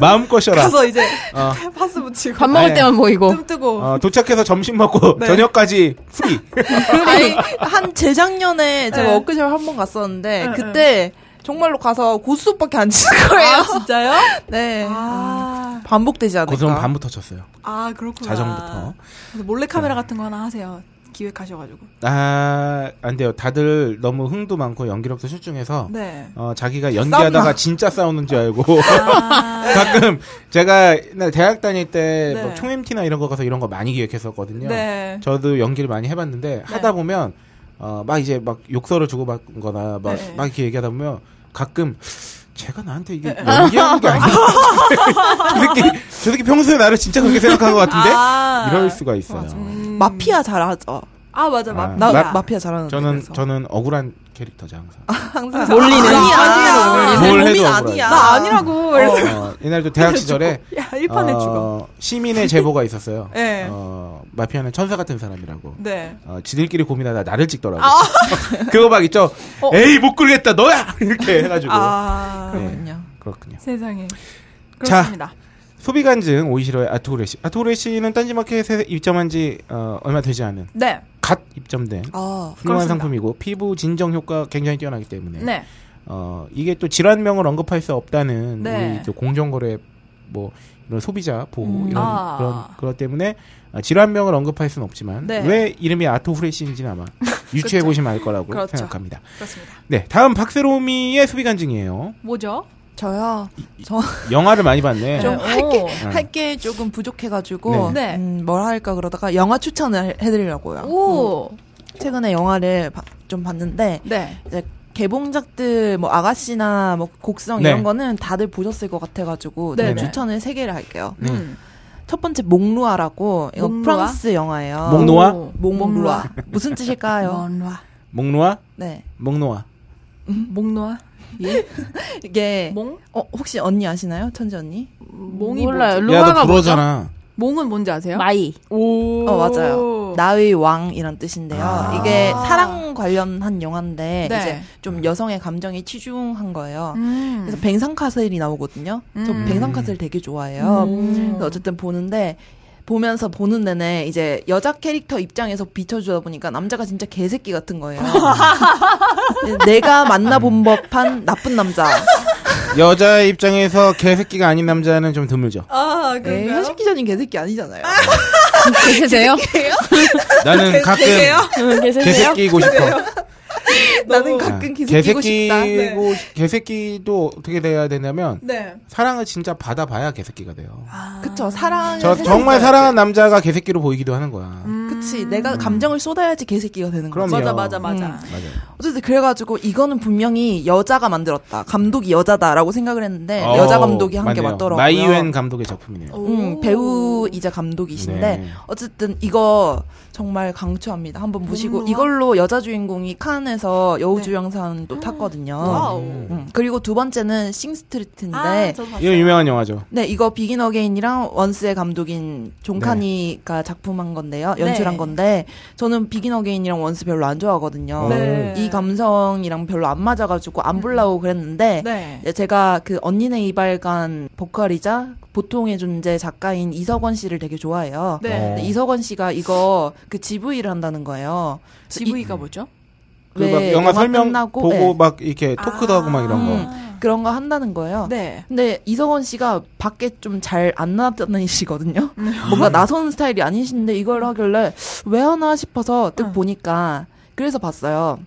Speaker 4: 마음껏 쉬어라.
Speaker 5: 가서 이제
Speaker 4: 어.
Speaker 5: 파스 붙이고.
Speaker 7: 밥 먹을
Speaker 4: 아니,
Speaker 7: 때만 보이고.
Speaker 5: 뜸 뜨고.
Speaker 4: 어, 도착해서 점심 먹고
Speaker 5: 네. 그러니까.
Speaker 4: 저녁까지 프리.
Speaker 6: 아니, 한 재작년에 제가
Speaker 5: 네.
Speaker 6: 워크샵 한 번 갔었는데
Speaker 5: 네,
Speaker 6: 그때 정말로 가서 고수밖에 안 치는 거예요.
Speaker 5: 아, 진짜요?
Speaker 6: 네.
Speaker 5: 아.
Speaker 6: 반복되지 않을까.
Speaker 4: 고소는 밤부터 쳤어요.
Speaker 5: 아 그렇구나.
Speaker 4: 자정부터. 네.
Speaker 5: 그래서 몰래 카메라 같은 거 하나 하세요. 기획하셔가지고.
Speaker 4: 아, 안 돼요. 다들 너무 흥도 많고 연기력도 출중해서
Speaker 5: 네.
Speaker 4: 어, 자기가 연기하다가
Speaker 6: 싸움나.
Speaker 4: 진짜 싸우는 줄 알고
Speaker 5: 아,
Speaker 4: 가끔 제가 옛날 대학 다닐 때
Speaker 5: 네.
Speaker 4: 뭐 총MT나 이런 거 가서 이런 거 많이 기획했었거든요.
Speaker 5: 네.
Speaker 4: 저도 연기를 많이 해봤는데 하다 보면 어, 막 이제 막 욕설을 주고받거나 막,
Speaker 5: 네.
Speaker 4: 막 이렇게 얘기하다 보면 가끔 제가 나한테 이게 연기하는 게 아니야. 저 새끼, 저 새끼 평소에 나를 진짜 그렇게 생각한 것 같은데
Speaker 5: 아.
Speaker 4: 이럴 수가 있어요.
Speaker 5: 음.
Speaker 6: 마피아 잘하죠.
Speaker 5: 아 맞아
Speaker 4: 아,
Speaker 5: 마피아.
Speaker 6: 나
Speaker 4: 나-
Speaker 6: 마피아 잘하는
Speaker 4: 저는 저는 억울한 캐릭터죠 항상.
Speaker 6: 항상
Speaker 7: 몰리는.
Speaker 6: 아니야.
Speaker 7: 아니야.
Speaker 4: 뭘
Speaker 6: 고민
Speaker 4: 해도
Speaker 6: 아니야.
Speaker 5: 나 아니라고. 그래서
Speaker 4: 어, 옛날에 대학 시절에
Speaker 5: 야, 1판에
Speaker 4: 어,
Speaker 5: 죽어.
Speaker 4: 시민의 제보가 있었어요.
Speaker 5: 네.
Speaker 4: 어, 마피아는 천사 같은 사람이라고.
Speaker 5: 네. 아.
Speaker 4: 어, 지들끼리 고민하다 나를 찍더라고. 그거 막 있죠.
Speaker 5: 어.
Speaker 4: 에이 못 끌겠다 너야 이렇게 해가지고
Speaker 5: 아,
Speaker 4: 네.
Speaker 6: 그렇군요.
Speaker 4: 그렇군요.
Speaker 5: 세상에.
Speaker 4: 자.
Speaker 5: 그렇습니다.
Speaker 4: 소비 간증 오이시로의 아토그레시. 아토그레시는 딴지마켓에 입점한 지 어, 얼마 되지 않은
Speaker 5: 네.
Speaker 4: 갓 입점된
Speaker 6: 아,
Speaker 4: 훌륭한
Speaker 5: 그렇습니다.
Speaker 4: 상품이고 피부 진정 효과 굉장히 뛰어나기 때문에
Speaker 5: 네.
Speaker 4: 어, 이게 또 질환명을 언급할 수 없다는
Speaker 5: 네.
Speaker 4: 우리 또 공정거래 뭐 이런 소비자 보호
Speaker 6: 음.
Speaker 4: 이런
Speaker 5: 아.
Speaker 4: 그런 그것 때문에 아, 질환명을 언급할 수는 없지만
Speaker 5: 네.
Speaker 4: 왜 이름이 아토후레시인지는 아마 유추해 보시면 알 거라고
Speaker 5: 그렇죠.
Speaker 4: 생각합니다.
Speaker 5: 그렇습니다.
Speaker 4: 네, 다음 박세롬이의 소비 간증이에요.
Speaker 5: 뭐죠?
Speaker 6: 저요.
Speaker 4: 영화를 많이 봤네.
Speaker 5: 좀 할게.
Speaker 4: 네.
Speaker 6: 할 게 조금 부족해가지고
Speaker 5: 네.
Speaker 6: 음, 뭘 할까 그러다가 영화 추천을 해- 해드리려고요.
Speaker 5: 오.
Speaker 6: 최근에 영화를 봐- 좀 봤는데
Speaker 5: 네.
Speaker 6: 이제 개봉작들 뭐 아가씨나 뭐 곡성
Speaker 4: 네.
Speaker 6: 이런 거는 다들 보셨을 것 같아가지고 제가
Speaker 5: 네네.
Speaker 6: 추천을 세 개를 할게요.
Speaker 4: 네.
Speaker 5: 음.
Speaker 6: 첫 번째 몽루아라고 이거
Speaker 5: 몽루아?
Speaker 6: 프랑스 영화예요.
Speaker 4: 몽루- 몽루아?
Speaker 5: 오.
Speaker 6: 몽루아 무슨 뜻일까요?
Speaker 5: 몽루아.
Speaker 4: 목노아,
Speaker 6: 네
Speaker 4: 목노아.
Speaker 5: 몽루아. 네.
Speaker 6: 이게
Speaker 5: 몽?
Speaker 6: 어, 혹시 언니 아시나요 천지 언니?
Speaker 5: 몽이
Speaker 7: 몰라요.
Speaker 5: 뭐지?
Speaker 4: 야너
Speaker 7: 루아가 뭐죠?
Speaker 4: 불어잖아.
Speaker 5: 몽은 뭔지 아세요?
Speaker 7: 마이.
Speaker 5: 오.
Speaker 6: 어 맞아요. 나의 왕이란 뜻인데요.
Speaker 4: 아.
Speaker 6: 이게 사랑 관련한 영화인데
Speaker 5: 네.
Speaker 6: 이제 좀 여성의 감정이 치중한 거예요.
Speaker 5: 음.
Speaker 6: 그래서 뱅상카셀이 나오거든요. 저
Speaker 5: 음.
Speaker 6: 뱅상카셀 되게 좋아해요.
Speaker 5: 음.
Speaker 6: 근데 어쨌든 보는데 보면서 보는 내내 이제 여자 캐릭터 입장에서 비춰주다 보니까 남자가 진짜 개새끼 같은 거예요. 내가 만나본 법한 나쁜 남자.
Speaker 4: 여자 입장에서 개새끼가 아닌 남자는 좀 드물죠.
Speaker 5: 아,
Speaker 6: 에이,
Speaker 5: 그런가요?
Speaker 6: 현식 기자님 개새끼 아니잖아요.
Speaker 7: 계세요?
Speaker 4: 나는 가끔
Speaker 7: 계세요?
Speaker 4: 개새끼고 싶어.
Speaker 6: 나는
Speaker 4: 아,
Speaker 6: 가끔 개새끼고 싶다.
Speaker 4: 개새끼고 싶- 개새끼도 어떻게 돼야 되냐면
Speaker 5: 네.
Speaker 4: 사랑을 진짜 받아봐야 개새끼가 돼요.
Speaker 6: 그쵸 사랑을
Speaker 4: 저
Speaker 6: 해서
Speaker 4: 정말
Speaker 6: 있어야지.
Speaker 4: 사랑한 남자가 개새끼로 보이기도 하는 거야.
Speaker 6: 그치 내가 감정을 쏟아야지 개새끼가 되는 거야.
Speaker 4: 그럼요.
Speaker 5: 맞아, 맞아, 맞아.
Speaker 6: 음.
Speaker 4: 맞아요.
Speaker 6: 어쨌든 그래가지고 이거는 분명히 여자가 만들었다. 감독이 여자다라고 생각을 했는데 네, 여자
Speaker 4: 어,
Speaker 6: 감독이 한 게
Speaker 4: 맞네요.
Speaker 6: 맞더라고요.
Speaker 4: 나이웬 감독의 작품이네요.
Speaker 6: 음, 배우이자 감독이신데
Speaker 4: 네.
Speaker 6: 어쨌든 이거 정말 강추합니다. 한번 보시고
Speaker 5: 몽루아?
Speaker 6: 이걸로 여자 주인공이 칸에서 여우주연상도 탔거든요.
Speaker 5: 네. 와우.
Speaker 6: 음, 그리고 두 번째는 싱스트리트인데
Speaker 5: 아, 저도 봤어요.
Speaker 4: 이거 유명한 영화죠.
Speaker 6: 네, 이거 비긴 어게인이랑 원스의 감독인
Speaker 4: 네.
Speaker 6: 존카니가 작품한 건데요. 연출한
Speaker 5: 네.
Speaker 6: 건데 저는 비긴 어게인이랑 원스 별로 안 좋아하거든요.
Speaker 4: 어.
Speaker 5: 네. 음.
Speaker 6: 이 감성이랑 별로 안 맞아가지고 안 보려고 그랬는데
Speaker 5: 네.
Speaker 6: 예, 제가 그 언니네 이발관 보컬이자 보통의 존재 작가인 이석원 씨를 되게 좋아해요.
Speaker 5: 네.
Speaker 4: 어.
Speaker 6: 근데 이석원 씨가 이거 그 GV를 한다는 거예요.
Speaker 5: GV가 뭐죠?
Speaker 6: 왜
Speaker 4: 그막 영화 설명
Speaker 6: 네, 끝나고,
Speaker 4: 보고
Speaker 6: 예,
Speaker 4: 막 이렇게 토크도 하고 막 이런 거.
Speaker 5: 음.
Speaker 6: 그런 거 한다는 거예요.
Speaker 5: 네.
Speaker 6: 근데 이석원 씨가 밖에 좀 잘 안 나다니시거든요.
Speaker 5: 네.
Speaker 6: 뭔가 나서는 스타일이 아니신데 이걸 하길래 왜 하나 싶어서 뜩
Speaker 5: 응.
Speaker 6: 보니까 그래서 봤어요.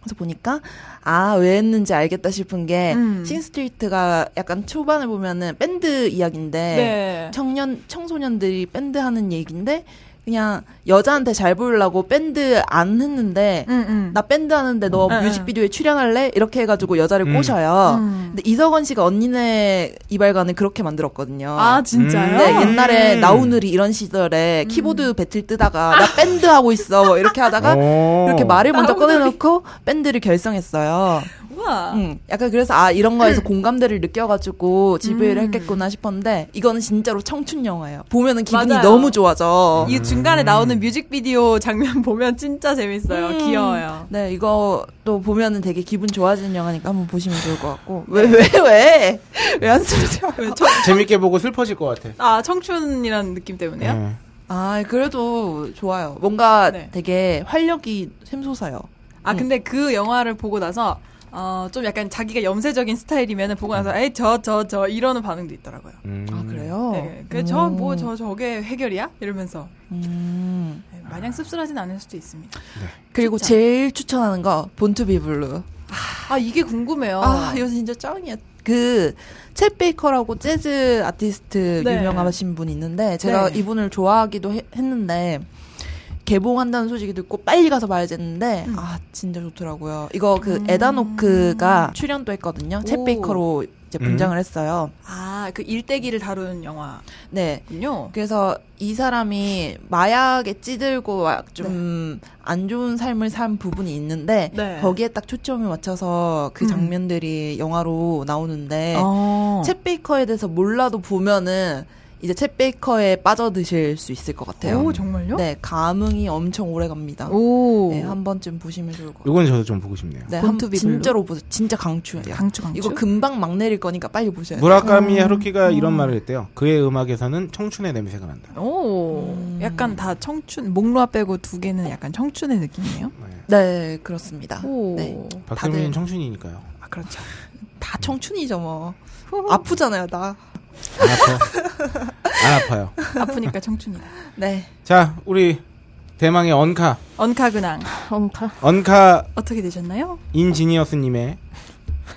Speaker 6: 그래서 보니까 아 왜 했는지 알겠다 싶은 게
Speaker 5: 음.
Speaker 6: 신스트리트가 약간 초반에 보면은 밴드 이야기인데
Speaker 5: 네.
Speaker 6: 청년 청소년들이 밴드 하는 얘기인데 그냥 여자한테 잘 보이려고 밴드 안 했는데
Speaker 5: 음, 음.
Speaker 6: 나 밴드 하는데 너
Speaker 5: 응, 응.
Speaker 6: 뮤직비디오에 출연할래? 이렇게 해가지고 여자를
Speaker 4: 음.
Speaker 6: 꼬셔요.
Speaker 5: 음.
Speaker 6: 근데 이석원 씨가 언니네 이발관을 그렇게 만들었거든요.
Speaker 5: 아, 진짜요? 음.
Speaker 6: 근데 옛날에
Speaker 4: 음.
Speaker 6: 나우누리 이런 시절에 키보드 배틀 뜨다가 나 밴드 하고 있어 뭐 이렇게 하다가
Speaker 4: 오.
Speaker 6: 이렇게 말을 먼저
Speaker 5: 아. 나우누리.
Speaker 6: 꺼내놓고 밴드를 결성했어요.
Speaker 5: 우와.
Speaker 6: 음, 약간 그래서 아 이런 거에서
Speaker 5: 음.
Speaker 6: 공감대를 느껴가지고 지배를 했겠구나 싶었는데 이거는 진짜로 청춘 영화예요. 보면은 기분이
Speaker 5: 맞아요.
Speaker 6: 너무
Speaker 4: 음.
Speaker 6: 좋아져.
Speaker 5: 이 중간에 나오는 뮤직비디오 장면 보면 진짜 재밌어요.
Speaker 6: 음.
Speaker 5: 귀여워요.
Speaker 6: 네 이거 또 보면은 되게 기분 좋아지는 영화니까 한번 보시면 좋을 것 같고 왜 왜 왜 왜 안 쓰죠?
Speaker 5: 왜 청,
Speaker 4: 재밌게 보고 슬퍼질 것 같아.
Speaker 5: 아, 청춘이라는 느낌 때문에요?
Speaker 4: 네.
Speaker 6: 아 그래도 좋아요. 뭔가
Speaker 5: 네.
Speaker 6: 되게 활력이 샘솟아요.
Speaker 5: 아,
Speaker 6: 음.
Speaker 5: 근데 그 영화를 보고 나서, 어, 좀 약간 자기가 염세적인 스타일이면 보고 나서, 에이, 저, 저, 저, 이러는 반응도 있더라고요.
Speaker 4: 음.
Speaker 6: 아 그래요?
Speaker 5: 네. 그, 저, 뭐, 저, 저게 해결이야? 이러면서.
Speaker 6: 음.
Speaker 5: 네, 마냥 씁쓸하진 않을 수도 있습니다.
Speaker 6: 그리고
Speaker 5: 진짜.
Speaker 6: 제일 추천하는 거 본투비 블루.
Speaker 5: 아, 이게 궁금해요.
Speaker 6: 아, 이거 진짜 짱이야. 그, 챗 베이커라고 재즈 아티스트
Speaker 5: 네.
Speaker 6: 유명하신 분이 있는데, 제가
Speaker 5: 네.
Speaker 6: 이분을 좋아하기도 해- 했는데, 개봉한다는 소식이 듣고 빨리 가서 봐야지 했는데,
Speaker 5: 음.
Speaker 6: 아, 진짜 좋더라고요. 이거 그 에다노크가 출연도 했거든요.
Speaker 5: 오.
Speaker 6: 챗 베이커로 이제 분장을 했어요.
Speaker 5: 아, 아, 그 일대기를 다루는 영화군요.
Speaker 6: 네. 그래서 이 사람이 마약에 찌들고 좀 안 좋은 삶을 산 부분이 있는데
Speaker 5: 네.
Speaker 6: 거기에 딱 초점을 맞춰서 그
Speaker 5: 음.
Speaker 6: 장면들이 영화로 나오는데
Speaker 5: 어.
Speaker 6: 챗 베이커에 대해서 몰라도 보면은 이제 챗 베이커에 빠져드실 수 있을 것 같아요.
Speaker 5: 오, 정말요?
Speaker 6: 네, 감흥이 엄청 오래 갑니다.
Speaker 5: 오.
Speaker 6: 네, 한 번쯤 보시면 좋을 것 같아요.
Speaker 4: 요건 저도 좀 보고 싶네요.
Speaker 6: 네, 한,
Speaker 5: 본투비블로?
Speaker 6: 진짜로 보세요. 진짜 강추예요.
Speaker 5: 강추, 강추.
Speaker 6: 이거 금방 막 내릴 거니까 빨리 보셔야 돼요.
Speaker 4: 무라카미 하루키가 이런
Speaker 6: 음.
Speaker 4: 말을 했대요. 그의 음악에서는 청춘의 냄새가 난다.
Speaker 5: 그, 오, 약간 다 청춘, 목로아 빼고 두 개는 약간 청춘의 느낌이에요?
Speaker 6: 네, 그렇습니다.
Speaker 5: 오.
Speaker 6: 네.
Speaker 4: 박세민은
Speaker 6: 다들-
Speaker 4: 청춘이니까요.
Speaker 5: 아, 그렇죠.
Speaker 6: 다 청춘이죠, 뭐. 아프잖아요, 나.
Speaker 4: 안 아파. 안 아파요.
Speaker 5: 아프니까 청춘이다.
Speaker 6: 네.
Speaker 4: 자, 우리 대망의 언카
Speaker 5: 언카근황,
Speaker 7: 언카.
Speaker 4: 언카
Speaker 5: 어떻게 되셨나요?
Speaker 4: 인지니어스님의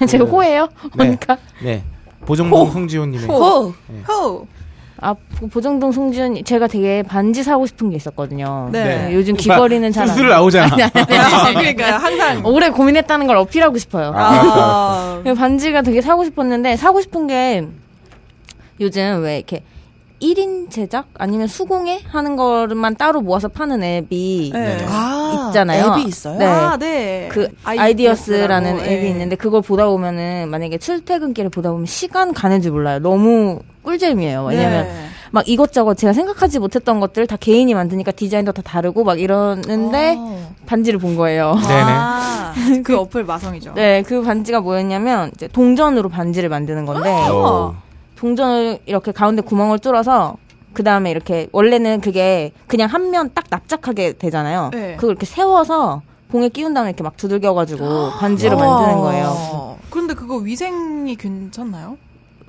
Speaker 7: 제 호예요?
Speaker 4: 네.
Speaker 7: 언카.
Speaker 4: 네 보정동 송지호님의 아,
Speaker 6: 호!
Speaker 5: 호!
Speaker 7: 아 보- 보정동 송지현이 제가 되게 반지 사고 싶은 게 있었거든요.
Speaker 5: 네.
Speaker 7: 네, 요즘 귀걸이는 잘 안.
Speaker 4: 슬슬 나오잖아.
Speaker 5: 그러니까 항상.
Speaker 7: 오래 고민했다는 걸 어필하고 싶어요.
Speaker 4: 아, 알았어, 알았어.
Speaker 7: 그 반지가 되게 사고 싶었는데 사고 싶은 게 요즘 왜 이렇게 1인 제작 아니면 수공예 하는 것만 따로 모아서 파는 앱이
Speaker 5: 네.
Speaker 6: 아,
Speaker 7: 있잖아요.
Speaker 6: 앱이 있어요?
Speaker 7: 네.
Speaker 5: 아, 네.
Speaker 7: 그
Speaker 5: 아이디어스라고,
Speaker 7: 아이디어스라는
Speaker 5: 예.
Speaker 7: 앱이 있는데 그걸 보다 보면은 만약에 출퇴근길에 보다 보면 시간 가는 줄 몰라요. 너무 꿀잼이에요. 왜냐면
Speaker 5: 네.
Speaker 7: 막 이것저것 제가 생각하지 못했던 것들을 다 개인이 만드니까 디자인도 다 다르고 막 이러는데
Speaker 6: 어.
Speaker 7: 반지를 본 거예요.
Speaker 5: 아, 그 어플 마성이죠.
Speaker 7: 네, 그 반지가 뭐였냐면 이제 동전으로 반지를 만드는 건데
Speaker 4: 오.
Speaker 7: 동전을 이렇게 가운데 구멍을 뚫어서 그 다음에 이렇게 원래는 그게 그냥 한 면 딱 납작하게 되잖아요.
Speaker 5: 네.
Speaker 7: 그걸 이렇게 세워서 봉에 끼운 다음에 이렇게 막 두들겨가지고 반지를
Speaker 6: 우와.
Speaker 7: 만드는 거예요.
Speaker 5: 그런데 그거 위생이 괜찮나요?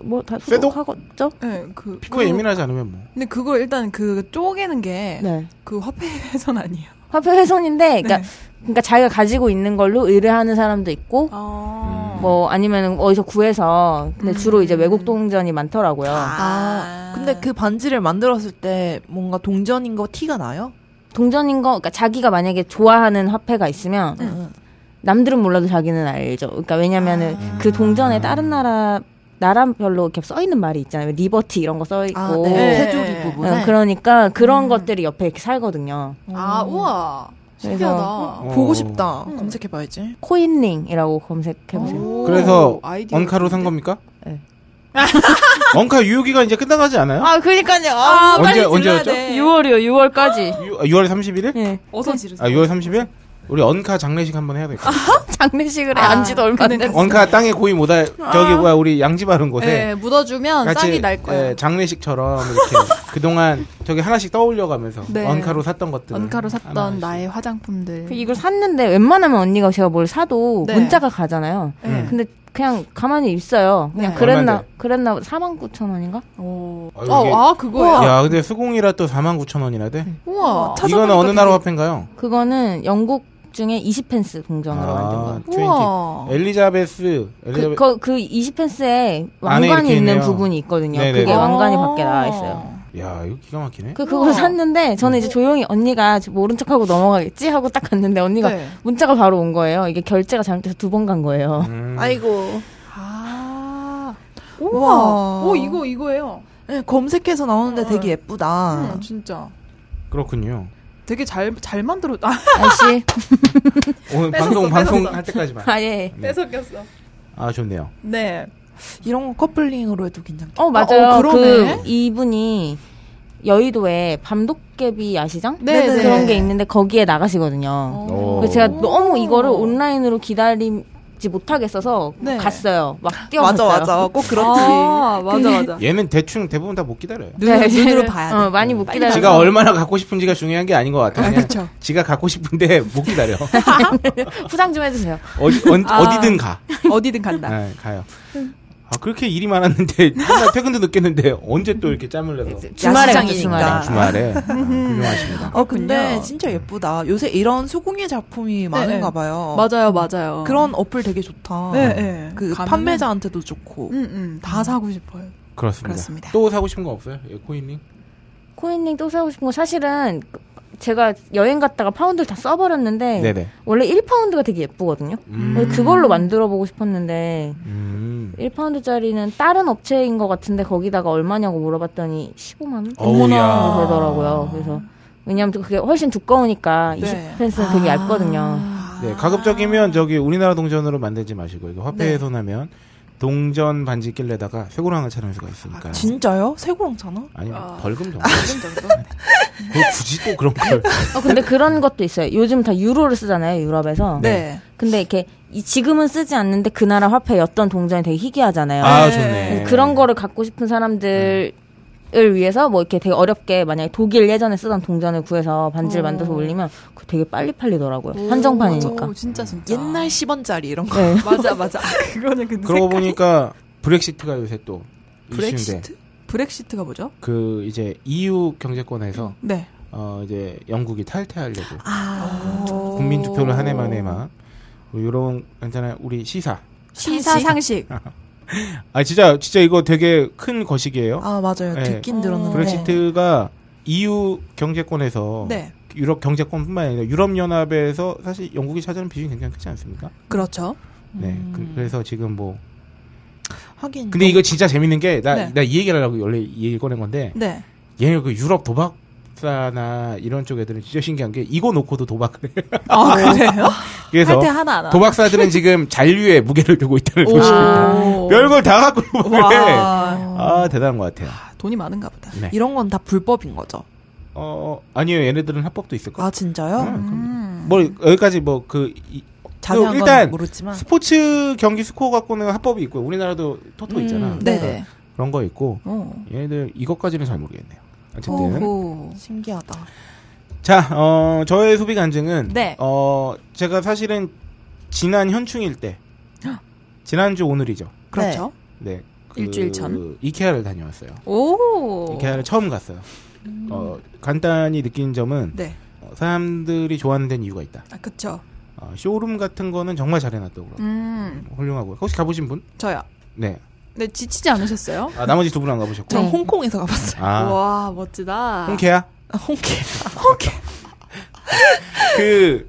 Speaker 7: 뭐 다
Speaker 4: 쇠도?
Speaker 7: 소독하겠죠?
Speaker 5: 네, 그.
Speaker 4: 피부에
Speaker 5: 그-
Speaker 4: 예민하지 않으면 뭐.
Speaker 5: 근데 그거 일단 그 쪼개는 게 그
Speaker 7: 네.
Speaker 5: 화폐훼손 아니에요?
Speaker 7: 화폐 훼손인데, 그러니까,
Speaker 5: 네.
Speaker 7: 그러니까 자기가 가지고 있는 걸로 의뢰하는 사람도 있고,
Speaker 5: 아.
Speaker 4: 음.
Speaker 7: 뭐 아니면 어디서 구해서 근데
Speaker 5: 음.
Speaker 7: 주로 이제 외국 동전이 많더라고요.
Speaker 6: 아, 근데 그 반지를 만들었을 때 뭔가 동전인 거 티가 나요?
Speaker 7: 동전인 거, 그러니까 자기가 만약에 좋아하는 화폐가 있으면
Speaker 6: 응.
Speaker 7: 남들은 몰라도 자기는 알죠. 그러니까 왜냐면은
Speaker 5: 아. 음.
Speaker 7: 그 동전에 다른 나라 나라별로 이렇게 써 있는 말이 있잖아요. 리버티 이런 거 써 있고.
Speaker 6: 아, 네.
Speaker 5: 네.
Speaker 6: 테두리 부분에.
Speaker 7: 어, 그러니까 그런 것들이 옆에 이렇게 살거든요.
Speaker 5: 아, 우와. 신기하다.
Speaker 4: 어.
Speaker 6: 아,
Speaker 4: 음.
Speaker 6: 보고 싶다.
Speaker 5: 음.
Speaker 6: 검색해봐야지.
Speaker 7: 코인링이라고 검색해보세요.
Speaker 5: 오,
Speaker 4: 그래서
Speaker 5: 아이디어
Speaker 4: 언카로
Speaker 5: 좋은데?
Speaker 4: 산 겁니까?
Speaker 7: 네.
Speaker 4: 언카 유효기간 이제 끝나가지 않아요?
Speaker 7: 아, 네. 아, 그니까요.
Speaker 5: 아,
Speaker 4: 언제-
Speaker 5: 빨리 질러야
Speaker 4: 언제였죠?
Speaker 5: 돼.
Speaker 7: 6월이요, 6월까지.
Speaker 4: 유, 6월 31일?
Speaker 7: 예.
Speaker 5: 어서 지르세요.
Speaker 4: 아 6월 30일? 우리 언카 장례식 한번 해야 되겠다.
Speaker 7: 장례식을
Speaker 5: 아,
Speaker 7: 안 지도 얼마 안
Speaker 5: 그는
Speaker 7: 됐어.
Speaker 4: 언카 땅에 고이 못할 저기 뭐야 우리 양지 바른 곳에
Speaker 5: 예, 묻어주면 싹이 날 거예요.
Speaker 4: 예, 장례식처럼 이렇게 그동안 저기 하나씩 떠올려가면서
Speaker 5: 네.
Speaker 4: 언카로 샀던 것들
Speaker 5: 언카로 샀던 나의 화장품들.
Speaker 7: 그 이걸 샀는데 웬만하면 언니가 제가 뭘 사도
Speaker 5: 네.
Speaker 7: 문자가 가잖아요.
Speaker 5: 예.
Speaker 4: 음.
Speaker 7: 근데 그냥 가만히 있어요. 그냥
Speaker 5: 네.
Speaker 7: 그랬나,
Speaker 4: 얼마인데?
Speaker 7: 그랬나, 4만 9천 원인가?
Speaker 5: 오.
Speaker 4: 아,
Speaker 5: 아,
Speaker 4: 이게-
Speaker 5: 아, 그거야.
Speaker 4: 야 근데 수공이라 또 49,000원이나 돼?
Speaker 5: 음, 우와.
Speaker 4: 이거는 어느 나라 화폐인가요?
Speaker 7: 그거는 영국 중에 20펜스
Speaker 4: 아.
Speaker 7: 동전으로 만든 거예요.
Speaker 5: 우와.
Speaker 4: 20. 엘리자베스
Speaker 7: 그,
Speaker 4: 엘리자베스
Speaker 7: 그, 그 20펜스에
Speaker 4: 안에
Speaker 7: 왕관이
Speaker 4: 이렇게
Speaker 7: 있는
Speaker 4: 있네요.
Speaker 7: 부분이 있거든요.
Speaker 4: 네네네.
Speaker 7: 그게 왕관이
Speaker 5: 아.
Speaker 7: 밖에 나와 있어요.
Speaker 4: 야 이거 기가 막히네
Speaker 7: 그, 그걸 샀는데, 저는 이제 조용히 언니가 모른 척하고 넘어가겠지? 하고 딱 갔는데, 언니가
Speaker 5: 네.
Speaker 7: 문자가 바로 온 거예요. 이게 결제가 잘못돼서 두 번 간 거예요.
Speaker 4: 음.
Speaker 6: 아이고.
Speaker 5: 아. 우와. 오, 이거, 이거예요.
Speaker 6: 네, 검색해서 나오는데 되게
Speaker 4: 아.
Speaker 6: 예쁘다.
Speaker 5: 아. 음, 진짜.
Speaker 4: 그렇군요
Speaker 5: 되게 잘, 잘 만들었, 아,
Speaker 7: 아씨.
Speaker 4: 오늘
Speaker 5: 뺏었어,
Speaker 4: 방송 방송
Speaker 5: 뺏었어.
Speaker 4: 할 때까지만
Speaker 7: 아, 예.
Speaker 4: 네.
Speaker 5: 뺏었겠어.
Speaker 4: 아 좋네요
Speaker 5: 네.
Speaker 6: 이런 거 커플링으로 해도 괜찮겠다.
Speaker 7: 어, 맞아요.
Speaker 5: 어, 그러네.
Speaker 7: 그, 이분이 여의도에 밤도깨비 야시장?
Speaker 5: 네,
Speaker 6: 네.
Speaker 7: 그런 게 있는데, 거기에 나가시거든요.
Speaker 5: 어.
Speaker 4: 어. 오.
Speaker 7: 그래서 제가 너무 이거를 온라인으로 기다리지 못하겠어서
Speaker 5: 네.
Speaker 7: 갔어요. 막
Speaker 6: 맞아,
Speaker 7: 뛰어갔어요.
Speaker 6: 맞아. 꼭 그렇지.
Speaker 5: 아, 맞아, 맞아.
Speaker 4: 얘는 대충 대부분 다 못 기다려요
Speaker 5: 눈으로,
Speaker 7: 네.
Speaker 5: 눈으로 봐야 돼.
Speaker 7: 어, 많이 못 기다려서.
Speaker 4: 지가 얼마나 갖고 싶은지가 중요한 게 아닌 것 같아요 그냥
Speaker 5: 그쵸.
Speaker 4: 지가 갖고 싶은데 못 기다려
Speaker 7: 포장 좀 해주세요.
Speaker 4: 어디, 언-
Speaker 5: 아.
Speaker 4: 어디든 가
Speaker 5: 어디든 간다.
Speaker 4: 네, 가요. 아 그렇게 일이 많았는데 맨날 퇴근도 늦겠는데 언제 또 이렇게 짬을 내서
Speaker 7: 주말에 갔죠,
Speaker 6: 야시장이니까.
Speaker 7: 주말에.
Speaker 4: 아, 주말에 아, 훌륭하십니다.
Speaker 6: 어, 근데
Speaker 5: 그렇군요.
Speaker 6: 진짜 예쁘다. 요새 이런 수공예 작품이 많은가
Speaker 5: 네.
Speaker 6: 봐요.
Speaker 5: 맞아요, 맞아요.
Speaker 6: 그런 어플 되게 좋다.
Speaker 5: 네, 네.
Speaker 6: 그
Speaker 5: 가면은-
Speaker 6: 판매자한테도 좋고.
Speaker 5: 음, 음, 다 사고 싶어요.
Speaker 4: 그렇습니다.
Speaker 5: 그렇습니다.
Speaker 4: 또 사고 싶은 거 없어요? 예, 코인링?
Speaker 7: 코인링 또 사고 싶은 거 사실은 제가 여행 갔다가 파운드를 다 써버렸는데
Speaker 4: 네네.
Speaker 7: 원래 1파운드가 되게 예쁘거든요.
Speaker 4: 음.
Speaker 7: 그래서 그걸로 만들어 보고 싶었는데
Speaker 4: 음.
Speaker 7: 1파운드짜리는 다른 업체인 것 같은데 거기다가 얼마냐고 물어봤더니 15만 원
Speaker 4: 어우야.
Speaker 5: 아.
Speaker 7: 음. 되더라고요. 그래서 왜냐하면 또 그게 훨씬 두꺼우니까
Speaker 6: 네.
Speaker 5: 아.
Speaker 7: 20펜스는 되게 얇거든요.
Speaker 4: 네, 가급적이면 저기 우리나라 동전으로 만들지 마시고 이거 화폐에
Speaker 6: 네.
Speaker 4: 손하면 동전 반지 낄래다가 쇠고랑을 차는 수가 있으니까.
Speaker 6: 아, 진짜요? 세고랑잖아?
Speaker 4: 아니
Speaker 5: 아.
Speaker 4: 벌금 정도. 그걸 굳이 또 그런 걸.
Speaker 7: 어, 근데 그런 것도 있어요. 요즘 다 유로를 쓰잖아요, 유럽에서.
Speaker 6: 네.
Speaker 7: 근데 이렇게 이- 지금은 쓰지 않는데 그 나라 화폐였던 동전이 되게 희귀하잖아요.
Speaker 4: 아
Speaker 5: 네.
Speaker 4: 좋네.
Speaker 7: 그런 거를 갖고 싶은 사람들을 위해서 뭐 이렇게 되게 어렵게 만약에 독일 예전에 쓰던 동전을 구해서
Speaker 5: 오.
Speaker 7: 반지를 만들어서 올리면 그 되게 빨리 팔리더라고요. 한정판이니까.
Speaker 5: 오, 진짜 진짜.
Speaker 6: 옛날 10원짜리 이런 거.
Speaker 7: 네.
Speaker 5: 맞아 맞아. 아, 그거는 근데
Speaker 4: 그러고
Speaker 5: 색깔이-
Speaker 4: 보니까 브렉시트가 요새 또 이슈인데
Speaker 6: 브렉시트?
Speaker 5: 브렉시트가 뭐죠?
Speaker 4: 그 이제 EU 경제권에서
Speaker 5: 네.
Speaker 4: 어 이제 영국이 탈퇴하려고
Speaker 6: 아.
Speaker 4: 국민 투표를 한 해만 해만 뭐 이런 괜찮아요 우리 시사.
Speaker 5: 시사 상식.
Speaker 4: 아 진짜 진짜 이거 되게 큰 거식이에요.
Speaker 6: 아, 맞아요.
Speaker 4: 네.
Speaker 6: 듣긴 들었는데.
Speaker 4: 브렉시트가 EU 경제권에서
Speaker 5: 네.
Speaker 4: 유럽 경제권뿐만 아니라 유럽 연합에서 사실 영국이 차지하는 비중이 굉장히 크지 않습니까?
Speaker 5: 그렇죠.
Speaker 4: 네. 그, 래서 지금 뭐
Speaker 6: 하긴.
Speaker 4: 근데 이거 진짜 재밌는 게 나 나
Speaker 5: 네.
Speaker 4: 이 얘기를 하려고 원래 이 얘기를 꺼낸 건데
Speaker 5: 네.
Speaker 4: 얘네 그 유럽 도박사나 이런 쪽 애들은 진짜 신기한 게 이거 놓고도 도박을 해.
Speaker 5: 아 그래요?
Speaker 4: 그래서
Speaker 6: 뭐
Speaker 5: 할때 하나 하나.
Speaker 4: 도박사들은 지금 잔류에 무게를 두고 있다는
Speaker 5: 아. 오. 아.
Speaker 4: 소식. 별걸 다 갖고 도박을 해.
Speaker 5: 와.
Speaker 4: 아 대단한 것 같아요.
Speaker 5: 돈이 많은가 보다.
Speaker 4: 네.
Speaker 6: 이런 건 다 불법인 거죠.
Speaker 4: 어 아니요 얘네들은 합법도 있을 거예요.
Speaker 6: 아, 진짜요?
Speaker 4: 음.
Speaker 5: 음.
Speaker 4: 뭐 여기까지 뭐그
Speaker 6: 자세한
Speaker 4: 일단
Speaker 6: 건
Speaker 5: 아.
Speaker 6: 모르지만.
Speaker 4: 스포츠 경기 스코어 갖고는 합법이 있고 우리나라도 토토
Speaker 6: 음,
Speaker 4: 있잖아.
Speaker 6: 네.
Speaker 4: 그러니까
Speaker 5: 네네.
Speaker 4: 그런 거 있고
Speaker 5: 어.
Speaker 4: 얘네들 이것까지는 잘 모르겠네요. 어쨌든
Speaker 5: 오호.
Speaker 6: 신기하다.
Speaker 4: 자, 어, 저의 소비 간증은
Speaker 5: 네.
Speaker 4: 어, 제가 사실은 지난 현충일 때 지난주 오늘이죠.
Speaker 5: 그렇죠.
Speaker 4: 네. 그
Speaker 5: 일주일 전.
Speaker 4: 이케아를 다녀왔어요.
Speaker 5: 오.
Speaker 4: 이케아를 처음 갔어요. 어, 간단히 느낀 점은
Speaker 5: 네.
Speaker 4: 어, 사람들이 좋아하는 데는 이유가 있다.
Speaker 5: 아 그렇죠.
Speaker 4: 어, 쇼룸 같은 거는 정말 잘 해놨다고 그러고
Speaker 5: 음.
Speaker 4: 훌륭하고 혹시 가보신 분?
Speaker 5: 저요.
Speaker 4: 네.
Speaker 5: 네 지치지 않으셨어요?
Speaker 4: 아, 나머지 두 분 안 가보셨고.
Speaker 6: 전 홍콩에서 가봤어요.
Speaker 4: 아, 음,
Speaker 5: 와 멋지다.
Speaker 4: 홍케야?
Speaker 6: 아, 홍콩.
Speaker 4: 그,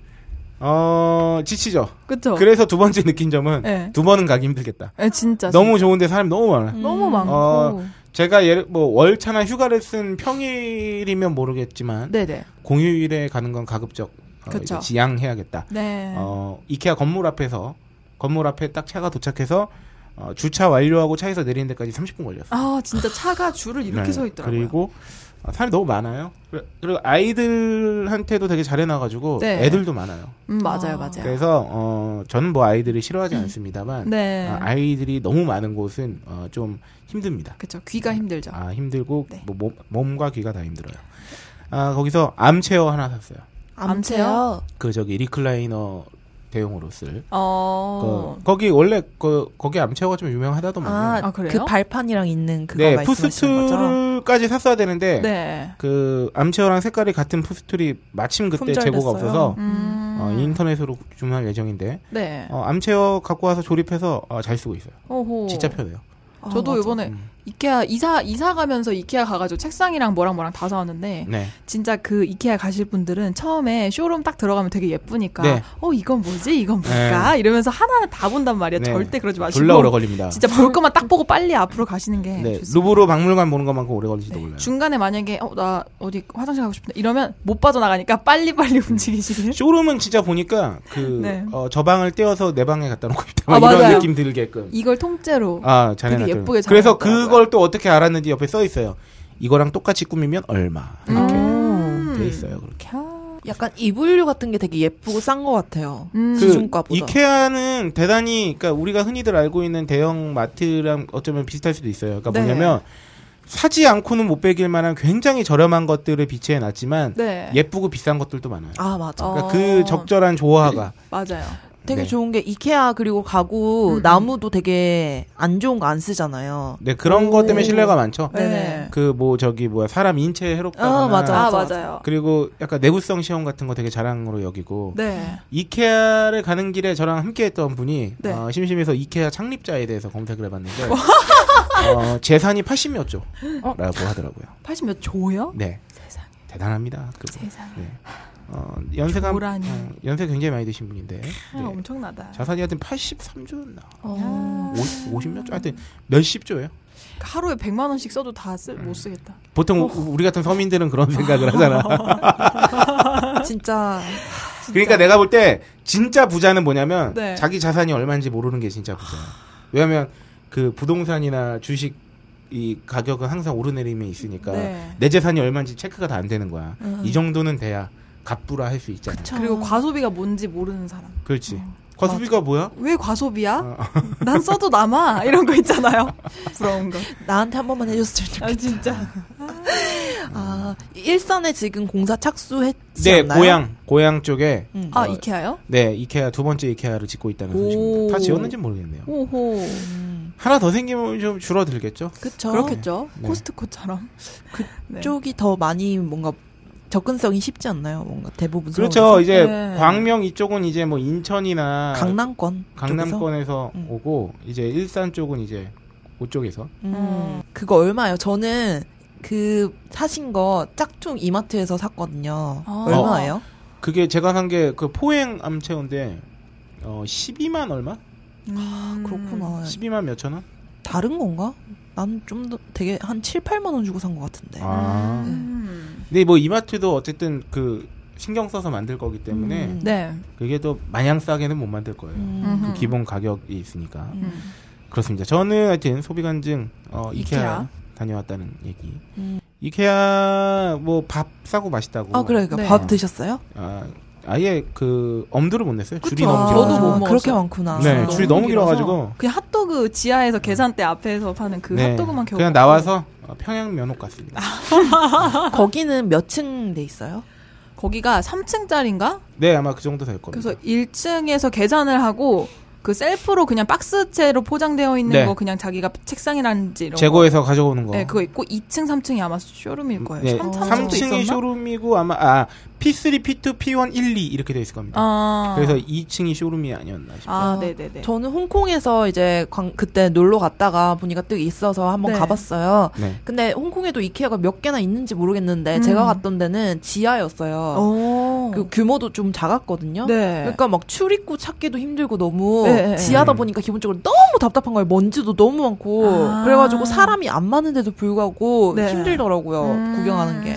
Speaker 4: 어, 지치죠.
Speaker 5: 그렇죠.
Speaker 4: 그래서 두 번째 느낀 점은
Speaker 5: 네.
Speaker 4: 두 번은 가기 힘들겠다.
Speaker 5: 예, 진짜 음.
Speaker 4: 너무 좋은데 사람이 너무 많아.
Speaker 6: 음.
Speaker 5: 너무 많고.
Speaker 4: 어, 제가 예를, 뭐, 월차나 휴가를 쓴 평일이면 모르겠지만,
Speaker 5: 네네.
Speaker 4: 공휴일에 가는 건 가급적, 어,
Speaker 5: 그쵸.
Speaker 4: 이제 지양해야겠다.
Speaker 5: 네.
Speaker 4: 어, 이케아 건물 앞에서, 건물 앞에 딱 차가 도착해서, 어, 주차 완료하고 차에서 내리는 데까지 30분 걸렸어.
Speaker 5: 아 진짜 차가 줄을 이렇게
Speaker 4: 네.
Speaker 5: 서 있더라고요.
Speaker 4: 그리고, 어, 사람이 너무 많아요. 그래- 그리고 아이들한테도 되게 잘해놔가지고,
Speaker 5: 네.
Speaker 4: 애들도 많아요.
Speaker 5: 음 맞아요
Speaker 6: 아.
Speaker 5: 맞아요.
Speaker 4: 그래서, 어, 저는 뭐 아이들을 싫어하지 않습니다만,
Speaker 5: 음. 네.
Speaker 4: 어, 아이들이 너무 많은 곳은, 어, 좀 힘듭니다.
Speaker 5: 그렇죠. 귀가 힘들죠.
Speaker 4: 아 힘들고
Speaker 5: 네.
Speaker 4: 뭐 몸, 몸과 귀가 다 힘들어요. 아 거기서 암체어 하나 샀어요.
Speaker 5: 암체요?
Speaker 4: 그 저기 리클라이너 대용으로 쓸.
Speaker 5: 어.
Speaker 4: 그, 거기 원래 그 거기 암체어가 좀 유명하다더만요.
Speaker 6: 아,
Speaker 5: 아, 그래요?
Speaker 6: 그 발판이랑 있는 그거
Speaker 4: 음. 네,
Speaker 6: 말씀하시는 거죠?
Speaker 4: 푸스툴까지 샀어야 되는데
Speaker 5: 네.
Speaker 4: 그 암체어랑 색깔이 같은 푸스툴이 마침 그때
Speaker 6: 품절됐어요.
Speaker 4: 재고가 없어서
Speaker 5: 음.
Speaker 4: 어, 인터넷으로 주문할 예정인데
Speaker 5: 네.
Speaker 4: 어, 암체어 갖고 와서 조립해서 어, 잘 쓰고 있어요.
Speaker 5: 오호. 어,
Speaker 4: 진짜 편해요.
Speaker 6: 아,
Speaker 5: 저도
Speaker 6: 맞아.
Speaker 5: 이번에
Speaker 4: 음.
Speaker 5: 이케아 이사 이사 가면서 이케아 가가지고 책상이랑 뭐랑 뭐랑 다 사왔는데
Speaker 4: 네.
Speaker 5: 진짜 그 이케아 가실 분들은 처음에 쇼룸 딱 들어가면 되게 예쁘니까
Speaker 4: 네.
Speaker 5: 어 이건 뭐지 이건 뭘까 이러면서 하나하나 다 본단 말이야
Speaker 4: 네.
Speaker 5: 절대 그러지 마시고
Speaker 4: 졸라 오래 걸립니다.
Speaker 5: 진짜 볼 것만 딱 보고 빨리 앞으로 가시는 게
Speaker 4: 아. 네,
Speaker 5: 좋습니다. 네.
Speaker 4: 루브르 박물관 보는 것만큼 오래 걸리지도 몰라요.
Speaker 5: 중간에 만약에 어 나 어디 화장실 가고 싶은데 이러면 못 빠져나가니까 빨리
Speaker 4: 음.
Speaker 5: 빨리 움직이시길.
Speaker 4: 쇼룸은 진짜 보니까 그
Speaker 5: 네.
Speaker 4: 어, 저 방을 떼어서 내 방에 갖다 놓고 있다
Speaker 5: 아,
Speaker 4: 막 이런
Speaker 5: 맞아요.
Speaker 4: 느낌 들게끔
Speaker 5: 이걸 통째로
Speaker 4: 아 자네
Speaker 5: 되게
Speaker 4: 놔둬요.
Speaker 5: 예쁘게 잘
Speaker 4: 그래서
Speaker 5: 해놨더라고요.
Speaker 4: 그걸 또 어떻게 알았는지 옆에 써 있어요 이거랑 똑같이 꾸미면 얼마 이렇게
Speaker 5: 음.
Speaker 4: 아, 돼 있어요 그렇게
Speaker 6: 약간 이불류 같은 게 되게 예쁘고 싼 것 같아요.
Speaker 5: 음.
Speaker 4: 그
Speaker 6: 기준가보다.
Speaker 4: 이케아는 대단히 그러니까 우리가 흔히들 알고 있는 대형 마트랑 어쩌면 비슷할 수도 있어요 그러니까
Speaker 5: 네.
Speaker 4: 뭐냐면 사지 않고는 못 베길 만한 굉장히 저렴한 것들을 비치해 놨지만
Speaker 5: 네.
Speaker 4: 예쁘고 비싼 것들도 많아요
Speaker 6: 아 맞아.
Speaker 5: 어.
Speaker 4: 그러니까 그 적절한 조화가
Speaker 5: 맞아요.
Speaker 6: 되게
Speaker 4: 네.
Speaker 6: 좋은 게 이케아 그리고 가구
Speaker 5: 음.
Speaker 6: 나무도 되게 안 좋은 거 안 쓰잖아요.
Speaker 4: 네 그런 것 때문에 신뢰가 많죠
Speaker 5: 네네.
Speaker 4: 그 뭐 저기 뭐야 사람 인체에 해롭다거나
Speaker 6: 어, 맞아.
Speaker 5: 아 맞아요.
Speaker 4: 그리고 약간 내구성 시험 같은 거 되게 자랑으로 여기고
Speaker 5: 네.
Speaker 4: 이케아를 가는 길에 저랑 함께했던 분이
Speaker 5: 네.
Speaker 4: 어, 심심해서 이케아 창립자에 대해서 검색을 해봤는데 어, 재산이 80몇조라고 하더라고요.
Speaker 5: 80 몇 조요?
Speaker 4: 네,
Speaker 5: 어? 세상에.
Speaker 4: 대단합니다. 그분.
Speaker 5: 세상에.
Speaker 4: 네. 어, 연세가
Speaker 5: 조라니.
Speaker 4: 어, 연세 굉장히 많이 드신 분인데
Speaker 5: 아,
Speaker 4: 네.
Speaker 5: 엄청나다. 아.
Speaker 4: 자산이 하여튼 83조였나
Speaker 6: 어.
Speaker 4: 50몇 조 하여튼 몇십 조예요.
Speaker 5: 하루에 100만 원씩 써도 다
Speaker 4: 음.
Speaker 5: 못 쓰겠다.
Speaker 4: 보통 우리 같은 서민들은 그런 생각을 하잖아.
Speaker 6: 진짜
Speaker 4: 그러니까 내가 볼 때 진짜 부자는 뭐냐면
Speaker 5: 네.
Speaker 4: 자기 자산이 얼마인지 모르는 게 진짜 부자야. 왜냐하면 그 부동산이나 주식 이 가격은 항상 오르내림이 있으니까
Speaker 5: 네.
Speaker 4: 내 재산이 얼마인지 체크가 다 안 되는 거야. 이 정도는 돼야 갑부라 할 수 있잖아.
Speaker 5: 그리고 과소비가 뭔지 모르는 사람.
Speaker 4: 그렇지 과수비가 뭐야?
Speaker 5: 왜 과소비야?
Speaker 4: 아.
Speaker 5: 난 써도 남아 이런 거 있잖아요. 부러운 거.
Speaker 6: 나한테 한 번만 해줬으면 좋겠다.
Speaker 5: 아 진짜.
Speaker 6: 아, 일산에 지금 공사 착수했지
Speaker 4: 네,
Speaker 6: 않나요?
Speaker 4: 고향 고향 쪽에
Speaker 6: 음.
Speaker 5: 아
Speaker 4: 어,
Speaker 5: 이케아요?
Speaker 4: 네 이케아 두 번째 이케아를 짓고 있다는
Speaker 5: 오.
Speaker 4: 소식입니다. 다 지었는지 모르겠네요.
Speaker 5: 오호.
Speaker 6: 음,
Speaker 4: 하나 더 생기면 좀 줄어들겠죠?
Speaker 6: 그쵸.
Speaker 5: 그렇겠죠.
Speaker 4: 네.
Speaker 5: 코스트코처럼. 네.
Speaker 6: 쪽이 더 많이 뭔가 접근성이 쉽지 않나요? 뭔가 대부분
Speaker 4: 그렇죠.
Speaker 6: 서울에서.
Speaker 4: 이제
Speaker 5: 네.
Speaker 4: 광명 이쪽은 이제 뭐 인천이나
Speaker 6: 강남권 쪽에서?
Speaker 4: 강남권에서
Speaker 6: 음.
Speaker 4: 오고 이제 일산 쪽은 이제 오쪽에서
Speaker 6: 음. 그거 얼마예요? 저는 그 사신 거 짝퉁 이마트에서 샀거든요.
Speaker 5: 아.
Speaker 6: 얼마예요?
Speaker 4: 그게 제가 산 게 그 포행 암체어인데 어 12만 얼마?
Speaker 5: 음.
Speaker 6: 아, 그렇구나.
Speaker 4: 12만 몇천 원?
Speaker 6: 다른 건가? 난 좀 더 되게 한 7, 8만 원 주고 산 것 같은데.
Speaker 4: 아.
Speaker 5: 음.
Speaker 4: 근데 뭐 이마트도 어쨌든 그 신경 써서 만들 거기 때문에
Speaker 6: 음.
Speaker 5: 네.
Speaker 4: 그게 또 마냥 싸게는 못 만들 거예요.
Speaker 6: 음.
Speaker 5: 음.
Speaker 4: 기본 가격이 있으니까
Speaker 5: 음.
Speaker 4: 그렇습니다. 저는 하여튼 소비 간증 어, 이케아,
Speaker 5: 이케아.
Speaker 4: 다녀왔다는 얘기.
Speaker 6: 음.
Speaker 4: 이케아 뭐 밥 싸고 맛있다고.
Speaker 6: 아 그래요. 그러니까
Speaker 5: 네.
Speaker 6: 밥 드셨어요?
Speaker 4: 아, 아예 그 엄두를 못 냈어요. 줄이
Speaker 5: 그쵸.
Speaker 4: 너무
Speaker 5: 아,
Speaker 4: 길어.
Speaker 5: 저도 못 먹었어요.
Speaker 6: 그렇게 많구나. 아,
Speaker 4: 네,
Speaker 5: 너무
Speaker 4: 줄이 너무
Speaker 5: 길어서.
Speaker 4: 길어가지고.
Speaker 5: 그냥 핫도그 지하에서 계산대 앞에서 파는 그
Speaker 4: 음. 네,
Speaker 5: 핫도그만 겨우
Speaker 4: 그냥
Speaker 5: 먹고. 아.
Speaker 4: 나와서 어, 평양 면옥 갔습니다.
Speaker 6: 거기는 몇 층 돼 있어요?
Speaker 5: 거기가 3층짜리인가?
Speaker 4: 네, 아마 그 정도 될 겁니다.
Speaker 5: 그래서 1층에서 계산을 하고 그 셀프로 그냥 박스채로 포장되어 있는
Speaker 4: 네.
Speaker 5: 거 그냥 자기가 책상이라든지 이런
Speaker 4: 재고에서 가져오는 거.
Speaker 5: 거. 네, 그거 있고 2층, 3층이 아마 쇼룸일 거예요.
Speaker 4: 네,
Speaker 5: 3, 3층도
Speaker 4: 3층이
Speaker 5: 있었나?
Speaker 4: 쇼룸이고 아마 아 P3, P2, P1, 1, 2 이렇게 돼 있을 겁니다.
Speaker 5: 아.
Speaker 4: 그래서 2층이 쇼룸이 아니었나 싶어요.
Speaker 5: 아,
Speaker 6: 아,
Speaker 5: 네, 네, 네.
Speaker 6: 저는 홍콩에서 이제 광- 그때 놀러 갔다가 보니까 뜩 있어서 한번
Speaker 5: 네.
Speaker 6: 가봤어요.
Speaker 4: 네.
Speaker 6: 근데 홍콩에도 이케아가 몇 개나 있는지 모르겠는데
Speaker 5: 음.
Speaker 6: 제가 갔던 데는 지하였어요.
Speaker 5: 오.
Speaker 6: 그 규모도 좀 작았거든요.
Speaker 5: 네.
Speaker 6: 그러니까 막 출입구 찾기도 힘들고 너무
Speaker 5: 네, 네,
Speaker 6: 지하다
Speaker 4: 네.
Speaker 6: 보니까 기본적으로 너무 답답한 거예요. 먼지도 너무 많고
Speaker 5: 아.
Speaker 6: 그래가지고 사람이 안 많은데도 불구하고
Speaker 5: 네.
Speaker 6: 힘들더라고요
Speaker 5: 음.
Speaker 6: 구경하는 게.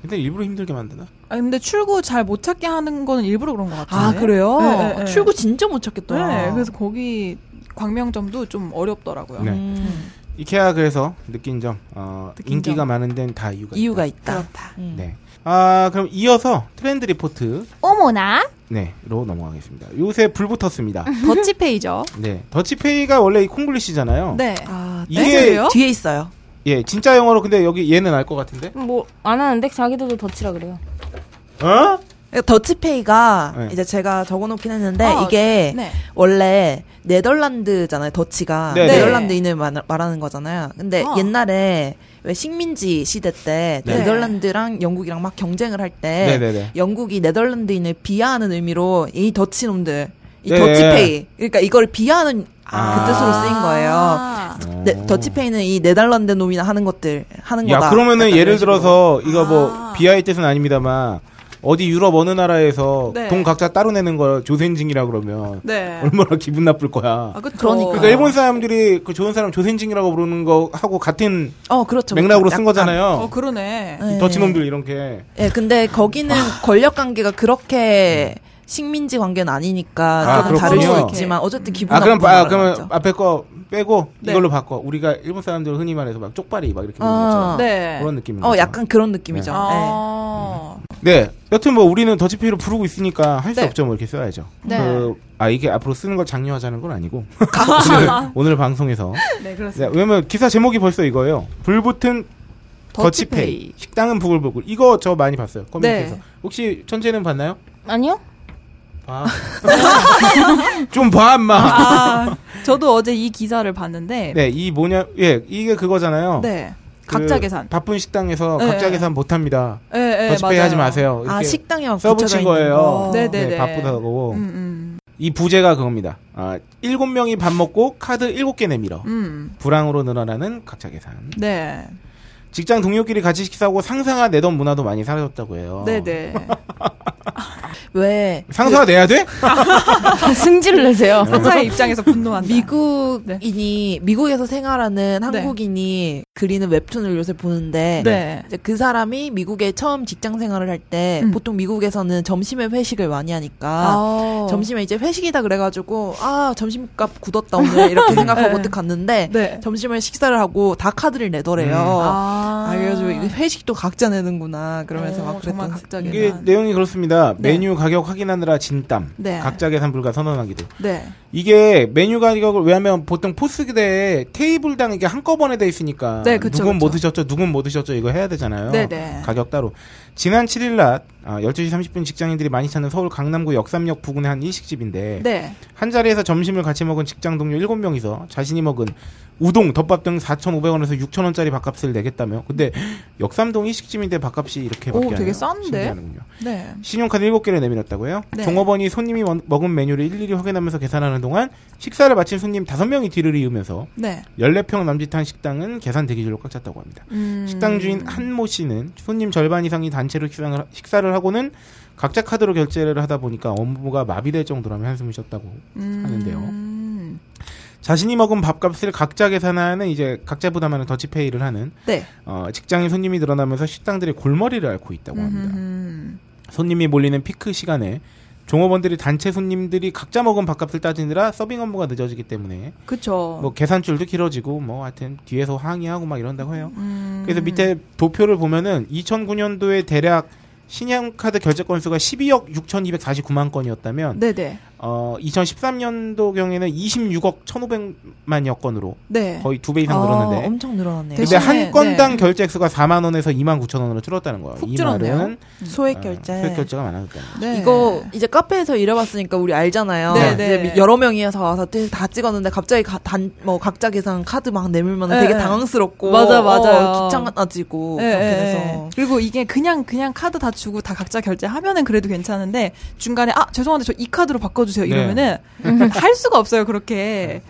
Speaker 4: 근데 일부러 힘들게 만드나?
Speaker 5: 아, 근데 출구 잘 못 찾게 하는 거는 일부러 그런 것 같아요.
Speaker 6: 아 그래요?
Speaker 5: 네, 네, 네.
Speaker 6: 출구 진짜 못 찾겠더라.
Speaker 5: 네, 그래서 거기 광명점도 좀 어렵더라고요.
Speaker 4: 네.
Speaker 6: 음,
Speaker 4: 이케아 그래서 느낀 점, 어,
Speaker 5: 느낀
Speaker 4: 인기가
Speaker 5: 점.
Speaker 4: 많은 데는 다 이유가
Speaker 6: 이유가
Speaker 4: 있다.
Speaker 6: 있다.
Speaker 5: 그렇다.
Speaker 6: 음.
Speaker 4: 네. 아 그럼 이어서 트렌드 리포트
Speaker 2: 어머나.
Speaker 4: 네로 넘어가겠습니다. 요새 불 붙었습니다.
Speaker 5: 더치페이죠.
Speaker 4: 네. 더치페이가 원래 이 콩글리시잖아요.
Speaker 5: 네.
Speaker 6: 아,
Speaker 4: 이게-
Speaker 6: 땡스예요? 뒤에 있어요.
Speaker 4: 예, 진짜 영어로 근데 여기 얘는 알 것 같은데.
Speaker 7: 뭐 안 하는데 자기들도 덧치라 그래요.
Speaker 4: 어?
Speaker 6: 그러니까 더치페이가
Speaker 4: 네.
Speaker 6: 이제 제가 적어놓긴 했는데
Speaker 5: 아,
Speaker 6: 이게
Speaker 5: 네.
Speaker 6: 원래 네덜란드잖아요. 더치가
Speaker 4: 네, 어.
Speaker 5: 네.
Speaker 6: 네덜란드인을 말- 말하는 거잖아요. 근데
Speaker 5: 아.
Speaker 6: 옛날에 왜 식민지 시대 때
Speaker 4: 네.
Speaker 6: 네덜란드랑 영국이랑 막 경쟁을 할 때
Speaker 4: 네네네.
Speaker 6: 영국이 네덜란드인을 비하하는 의미로 이 더치놈들 이
Speaker 4: 네.
Speaker 6: 더치페이 그러니까 이걸 비하하는
Speaker 4: 아.
Speaker 6: 그 뜻으로 쓰인 거예요.
Speaker 5: 아.
Speaker 6: 네, 더치페이는 이 네덜란드 놈이나 하는 것들 하는
Speaker 4: 야,
Speaker 6: 거다.
Speaker 4: 그러면은
Speaker 6: 약간
Speaker 4: 예를
Speaker 6: 이런 식으로.
Speaker 4: 들어서 이거 뭐
Speaker 5: 아.
Speaker 4: 비하의 뜻은 아닙니다만 어디 유럽 어느 나라에서
Speaker 5: 네.
Speaker 4: 돈 각자 따로 내는 걸 조센징이라 그러면
Speaker 5: 네.
Speaker 4: 얼마나 기분 나쁠 거야.
Speaker 5: 아, 그쵸.
Speaker 6: 그러니까.
Speaker 4: 그러니까 일본 사람들이 그 좋은 사람 조센징이라고 부르는 거 하고 같은
Speaker 6: 어 그렇죠.
Speaker 4: 맥락으로
Speaker 6: 그렇죠. 약간.
Speaker 4: 쓴
Speaker 5: 어,
Speaker 4: 거잖아요.
Speaker 5: 그러네.
Speaker 6: 네.
Speaker 4: 이 더치놈들 이렇게.
Speaker 6: 예, 근데 거기는 권력 관계가 그렇게 식민지 관계는
Speaker 4: 아,
Speaker 6: 아니니까 조금 다를
Speaker 4: 그렇군요.
Speaker 6: 수 있지만 어쨌든 기분
Speaker 4: 아 그럼
Speaker 6: 나쁜
Speaker 4: 아
Speaker 6: 거라는
Speaker 4: 그러면
Speaker 6: 거죠.
Speaker 4: 앞에 거 빼고
Speaker 5: 네.
Speaker 4: 이걸로 바꿔. 우리가 일본 사람들 흔히 말해서 막 쪽발이 막 이렇게 부르는
Speaker 6: 아.
Speaker 4: 거죠.
Speaker 5: 네.
Speaker 4: 그런 느낌인
Speaker 6: 어
Speaker 4: 거죠.
Speaker 6: 약간 그런 느낌이죠. 예.
Speaker 5: 아.
Speaker 4: 네. 여튼 뭐 우리는 더치페이로 부르고 있으니까 할 수
Speaker 5: 네.
Speaker 4: 없죠. 뭐 이렇게 써야죠.
Speaker 5: 네.
Speaker 4: 그, 아 이게 앞으로 쓰는 걸 장려하자는 건 아니고 오늘, 오늘 방송에서
Speaker 5: 네,
Speaker 4: 네,
Speaker 5: 그렇습니다.
Speaker 4: 왜냐면 기사 제목이 벌써 이거예요. 불붙은 더치페이. 식당은 부글부글. 이거 저 많이 봤어요. 커뮤니티에서.
Speaker 5: 네.
Speaker 4: 혹시 천재는 봤나요?
Speaker 7: 아니요?
Speaker 4: 봐. 좀 봐, 인마.
Speaker 5: 아, 저도 어제 이 기사를 봤는데 네.
Speaker 4: 네, 이 뭐냐, 예, 이게 그거잖아요. 그
Speaker 5: 각자 계산.
Speaker 4: 바쁜 식당에서
Speaker 5: 네,
Speaker 4: 각자
Speaker 5: 네.
Speaker 4: 계산 못 합니다.
Speaker 5: 예, 예,
Speaker 4: 더치페이
Speaker 5: 맞아요.
Speaker 4: 하지 마세요.
Speaker 6: 아
Speaker 4: 어, 이렇게
Speaker 6: 식당에 막 붙여져
Speaker 4: 써붙인
Speaker 6: 있는
Speaker 4: 거예요.
Speaker 6: 거.
Speaker 5: 네, 네, 네.
Speaker 4: 바쁘다고.
Speaker 5: 음,
Speaker 4: 이 부제가 그겁니다. 아, 일곱 명이 밥 먹고 카드 일곱 개 내밀어.
Speaker 5: 음. 음.
Speaker 4: 불황으로 늘어나는 각자 계산.
Speaker 5: 네.
Speaker 4: 어. 직장 동료끼리 같이 식사하고 상사가 내던 문화도 많이 사라졌다고 해요.
Speaker 5: 네, 네.
Speaker 6: 왜
Speaker 4: 상사
Speaker 5: 그
Speaker 4: 내야 돼?
Speaker 7: 승질을 내세요.
Speaker 4: 네.
Speaker 5: 상사의 입장에서 분노한다.
Speaker 6: 미국인이 미국에서 생활하는
Speaker 5: 네.
Speaker 6: 한국인이 그리는 웹툰을 요새 보는데
Speaker 5: 네.
Speaker 6: 이제 그 사람이 미국에 처음 직장 생활을 할 때
Speaker 5: 음.
Speaker 6: 보통 미국에서는 점심에 회식을 많이 하니까
Speaker 5: 아,
Speaker 6: 점심에 이제 회식이다 그래가지고 아 점심값 굳었다 오늘 이렇게 생각하고
Speaker 5: 네.
Speaker 6: 딱 갔는데
Speaker 5: 네.
Speaker 6: 점심을 식사를 하고 다 카드를 내더래요.
Speaker 5: 아.
Speaker 6: 아, 그래가지고 이게 회식도 각자 내는구나 그러면서
Speaker 5: 어,
Speaker 6: 막
Speaker 5: 정말
Speaker 6: 그랬던
Speaker 5: 각자
Speaker 6: 생각이
Speaker 4: 이게
Speaker 5: 난-
Speaker 4: 내용이 그렇습니다.
Speaker 5: 네.
Speaker 4: 메뉴 가격 확인하느라 진땀.
Speaker 5: 네.
Speaker 4: 각자 계산 불가 선언하기도.
Speaker 5: 네.
Speaker 4: 이게 메뉴 가격을 왜냐면 보통 포스 기대에 테이블당 이게 한꺼번에 돼 있으니까
Speaker 5: 네, 그쵸,
Speaker 4: 누군 뭐
Speaker 5: 그쵸.
Speaker 4: 드셨죠, 누군 뭐 드셨죠 이거 해야 되잖아요.
Speaker 5: 네, 네.
Speaker 4: 가격 따로. 지난 7일 낮 아, 12시 30분 직장인들이 많이 찾는 서울 강남구 역삼역 부근의 한 일식집인데
Speaker 5: 네.
Speaker 4: 한 자리에서 점심을 같이 먹은 직장 동료 7명이서 자신이 먹은 우동, 덮밥 등 4,500원에서 6,000원짜리 밥값을 내겠다며. 근데 역삼동 일식집인데 밥값이 이렇게 밖에
Speaker 5: 오, 되게 싼데?
Speaker 4: 신기하는군요.
Speaker 5: 네.
Speaker 4: 신용카드 7개를 내밀었다고요?
Speaker 5: 네.
Speaker 4: 종업원이 손님이 먹- 먹은 메뉴를 일일이 확인하면서 계산하는 동안 식사를 마친 손님 5명이 뒤를 이으면서
Speaker 5: 네.
Speaker 4: 14평 남짓한 식당은 계산 대기줄로 꽉 찼다고 합니다.
Speaker 5: 음.
Speaker 4: 식당 주인 한 모 씨는 손님 절반 이상이 단체로 식상을- 식사를 하고는 각자 카드로 결제를 하다 보니까 업무가 마비될 정도라며 한숨을 쉬었다고
Speaker 5: 음.
Speaker 4: 하는데요. 자신이 먹은 밥값을 각자 계산하는 이제 각자 부담하는 더치페이를 하는
Speaker 5: 네.
Speaker 4: 어, 직장인 손님이 늘어나면서 식당들이 골머리를 앓고 있다고 합니다.
Speaker 5: 음.
Speaker 4: 손님이 몰리는 피크 시간에 종업원들이 단체 손님들이 각자 먹은 밥값을 따지느라 서빙 업무가 늦어지기 때문에
Speaker 5: 그쵸.
Speaker 4: 뭐 계산줄도 길어지고 뭐 하여튼 뒤에서 항의하고 막 이런다고 해요.
Speaker 5: 음.
Speaker 4: 그래서 밑에 도표를 보면은 2009년도에 대략 신용카드 결제 건수가 12억 6,249만 건이었다면
Speaker 5: 네네.
Speaker 4: 어 2013년도 경에는 26억 1,500만여 건으로
Speaker 5: 네.
Speaker 4: 거의 두 배 이상
Speaker 6: 아,
Speaker 4: 늘었는데
Speaker 6: 엄청 늘어났네요.
Speaker 4: 근데
Speaker 5: 대신-
Speaker 4: 한
Speaker 5: 대신에,
Speaker 4: 건당 결제 액수가 4만 원에서 2만 9천 원으로 줄었다는 거예요.
Speaker 5: 훅
Speaker 4: 이
Speaker 5: 줄었네요.
Speaker 4: 말은
Speaker 6: 소액 결제.
Speaker 4: 어, 소액 결제가 많아졌다는 거예요.
Speaker 5: 아, 네.
Speaker 6: 이거 이제 카페에서 일해봤으니까 우리 알잖아요.
Speaker 5: 네,
Speaker 6: 이제
Speaker 5: 네.
Speaker 6: 미- 여러 명이서 와서 다- 다 찍었는데 갑자기 가- 단, 뭐 각자 계산 카드 막 내밀면
Speaker 5: 네,
Speaker 6: 되게
Speaker 5: 네.
Speaker 6: 당황스럽고
Speaker 5: 맞아, 맞아요.
Speaker 6: 어, 귀찮아지고
Speaker 5: 예,
Speaker 6: 그렇게
Speaker 5: 예,
Speaker 6: 돼서
Speaker 5: 예. 그리고 이게 그냥 그냥 카드 다 주고 다 각자 결제하면은 그래도 괜찮은데 중간에 아 죄송한데 저 이 카드로 바꿔주세요
Speaker 4: 네.
Speaker 5: 이러면은 할 수가 없어요 그렇게.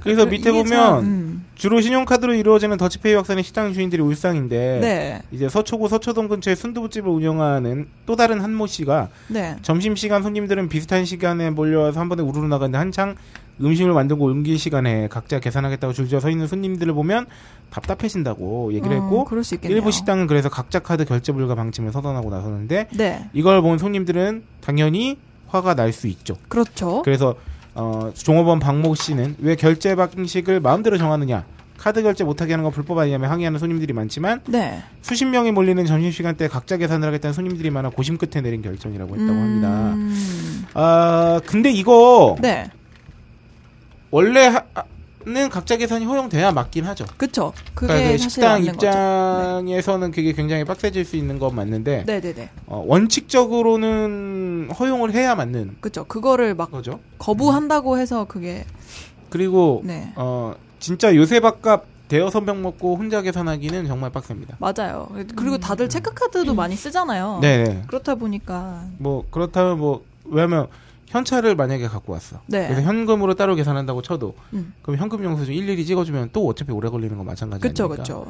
Speaker 4: 그래서
Speaker 5: 그-
Speaker 4: 밑에
Speaker 5: 이게
Speaker 4: 보면
Speaker 5: 참, 음.
Speaker 4: 주로 신용카드로 이루어지는 더치페이 확산의 식당 주인들이 울상인데
Speaker 5: 네,
Speaker 4: 이제 서초구 서초동 근처에 순두부집을 운영하는 또 다른 한 모 씨가
Speaker 5: 네,
Speaker 4: 점심시간 손님들은 비슷한 시간에 몰려와서 한 번에 우르르 나가는데 한창 음식을 만들고 옮길 시간에 각자 계산하겠다고 줄지어 서 있는 손님들을 보면 답답해진다고 얘기를
Speaker 5: 어,
Speaker 4: 했고
Speaker 5: 그럴 수 있겠네요.
Speaker 4: 일부 식당은 그래서 각자 카드 결제 불가 방침을 선언하고 나서는데
Speaker 5: 네,
Speaker 4: 이걸 본 손님들은 당연히 화가 날 수 있죠.
Speaker 5: 그렇죠.
Speaker 4: 그래서 어, 종업원 박모 씨는 왜 결제 방식을 마음대로 정하느냐 카드 결제 못하게 하는 건 불법 아니냐며 항의하는 손님들이 많지만
Speaker 5: 네,
Speaker 4: 수십 명이 몰리는 점심시간 때 각자 계산을 하겠다는 손님들이 많아 고심 끝에 내린 결정이라고 했다고
Speaker 5: 음,
Speaker 4: 합니다. 아 근데 이거
Speaker 5: 네,
Speaker 4: 원래 하- 는 각자 계산이 허용돼야 맞긴 하죠.
Speaker 5: 그렇죠. 그게
Speaker 4: 그러니까 그
Speaker 5: 사실
Speaker 4: 식당
Speaker 5: 맞는 거죠.
Speaker 4: 입장에서는 그게 굉장히 빡세질 수 있는 건 맞는데
Speaker 5: 네, 네, 네,
Speaker 4: 어, 원칙적으로는 허용을 해야 맞는
Speaker 5: 그렇죠. 그거를 막
Speaker 4: 거죠.
Speaker 5: 거부한다고 해서 그게
Speaker 4: 그리고
Speaker 5: 네.
Speaker 4: 어 진짜 요새 밥값 대여섯 병 먹고 혼자 계산하기는 정말 빡셉니다.
Speaker 5: 맞아요. 그리고 다들 체크카드도 많이 쓰잖아요.
Speaker 4: 네네.
Speaker 5: 그렇다 보니까
Speaker 4: 뭐 그렇다면 뭐 왜냐면 현찰을 만약에 갖고 왔어.
Speaker 5: 네.
Speaker 4: 그래서 현금으로 따로 계산한다고 쳐도
Speaker 5: 음.
Speaker 4: 그럼 현금 영수증 일일이 찍어주면 또 어차피 오래 걸리는 거 마찬가지
Speaker 5: 그렇죠,
Speaker 4: 아닙니까?
Speaker 5: 그렇죠.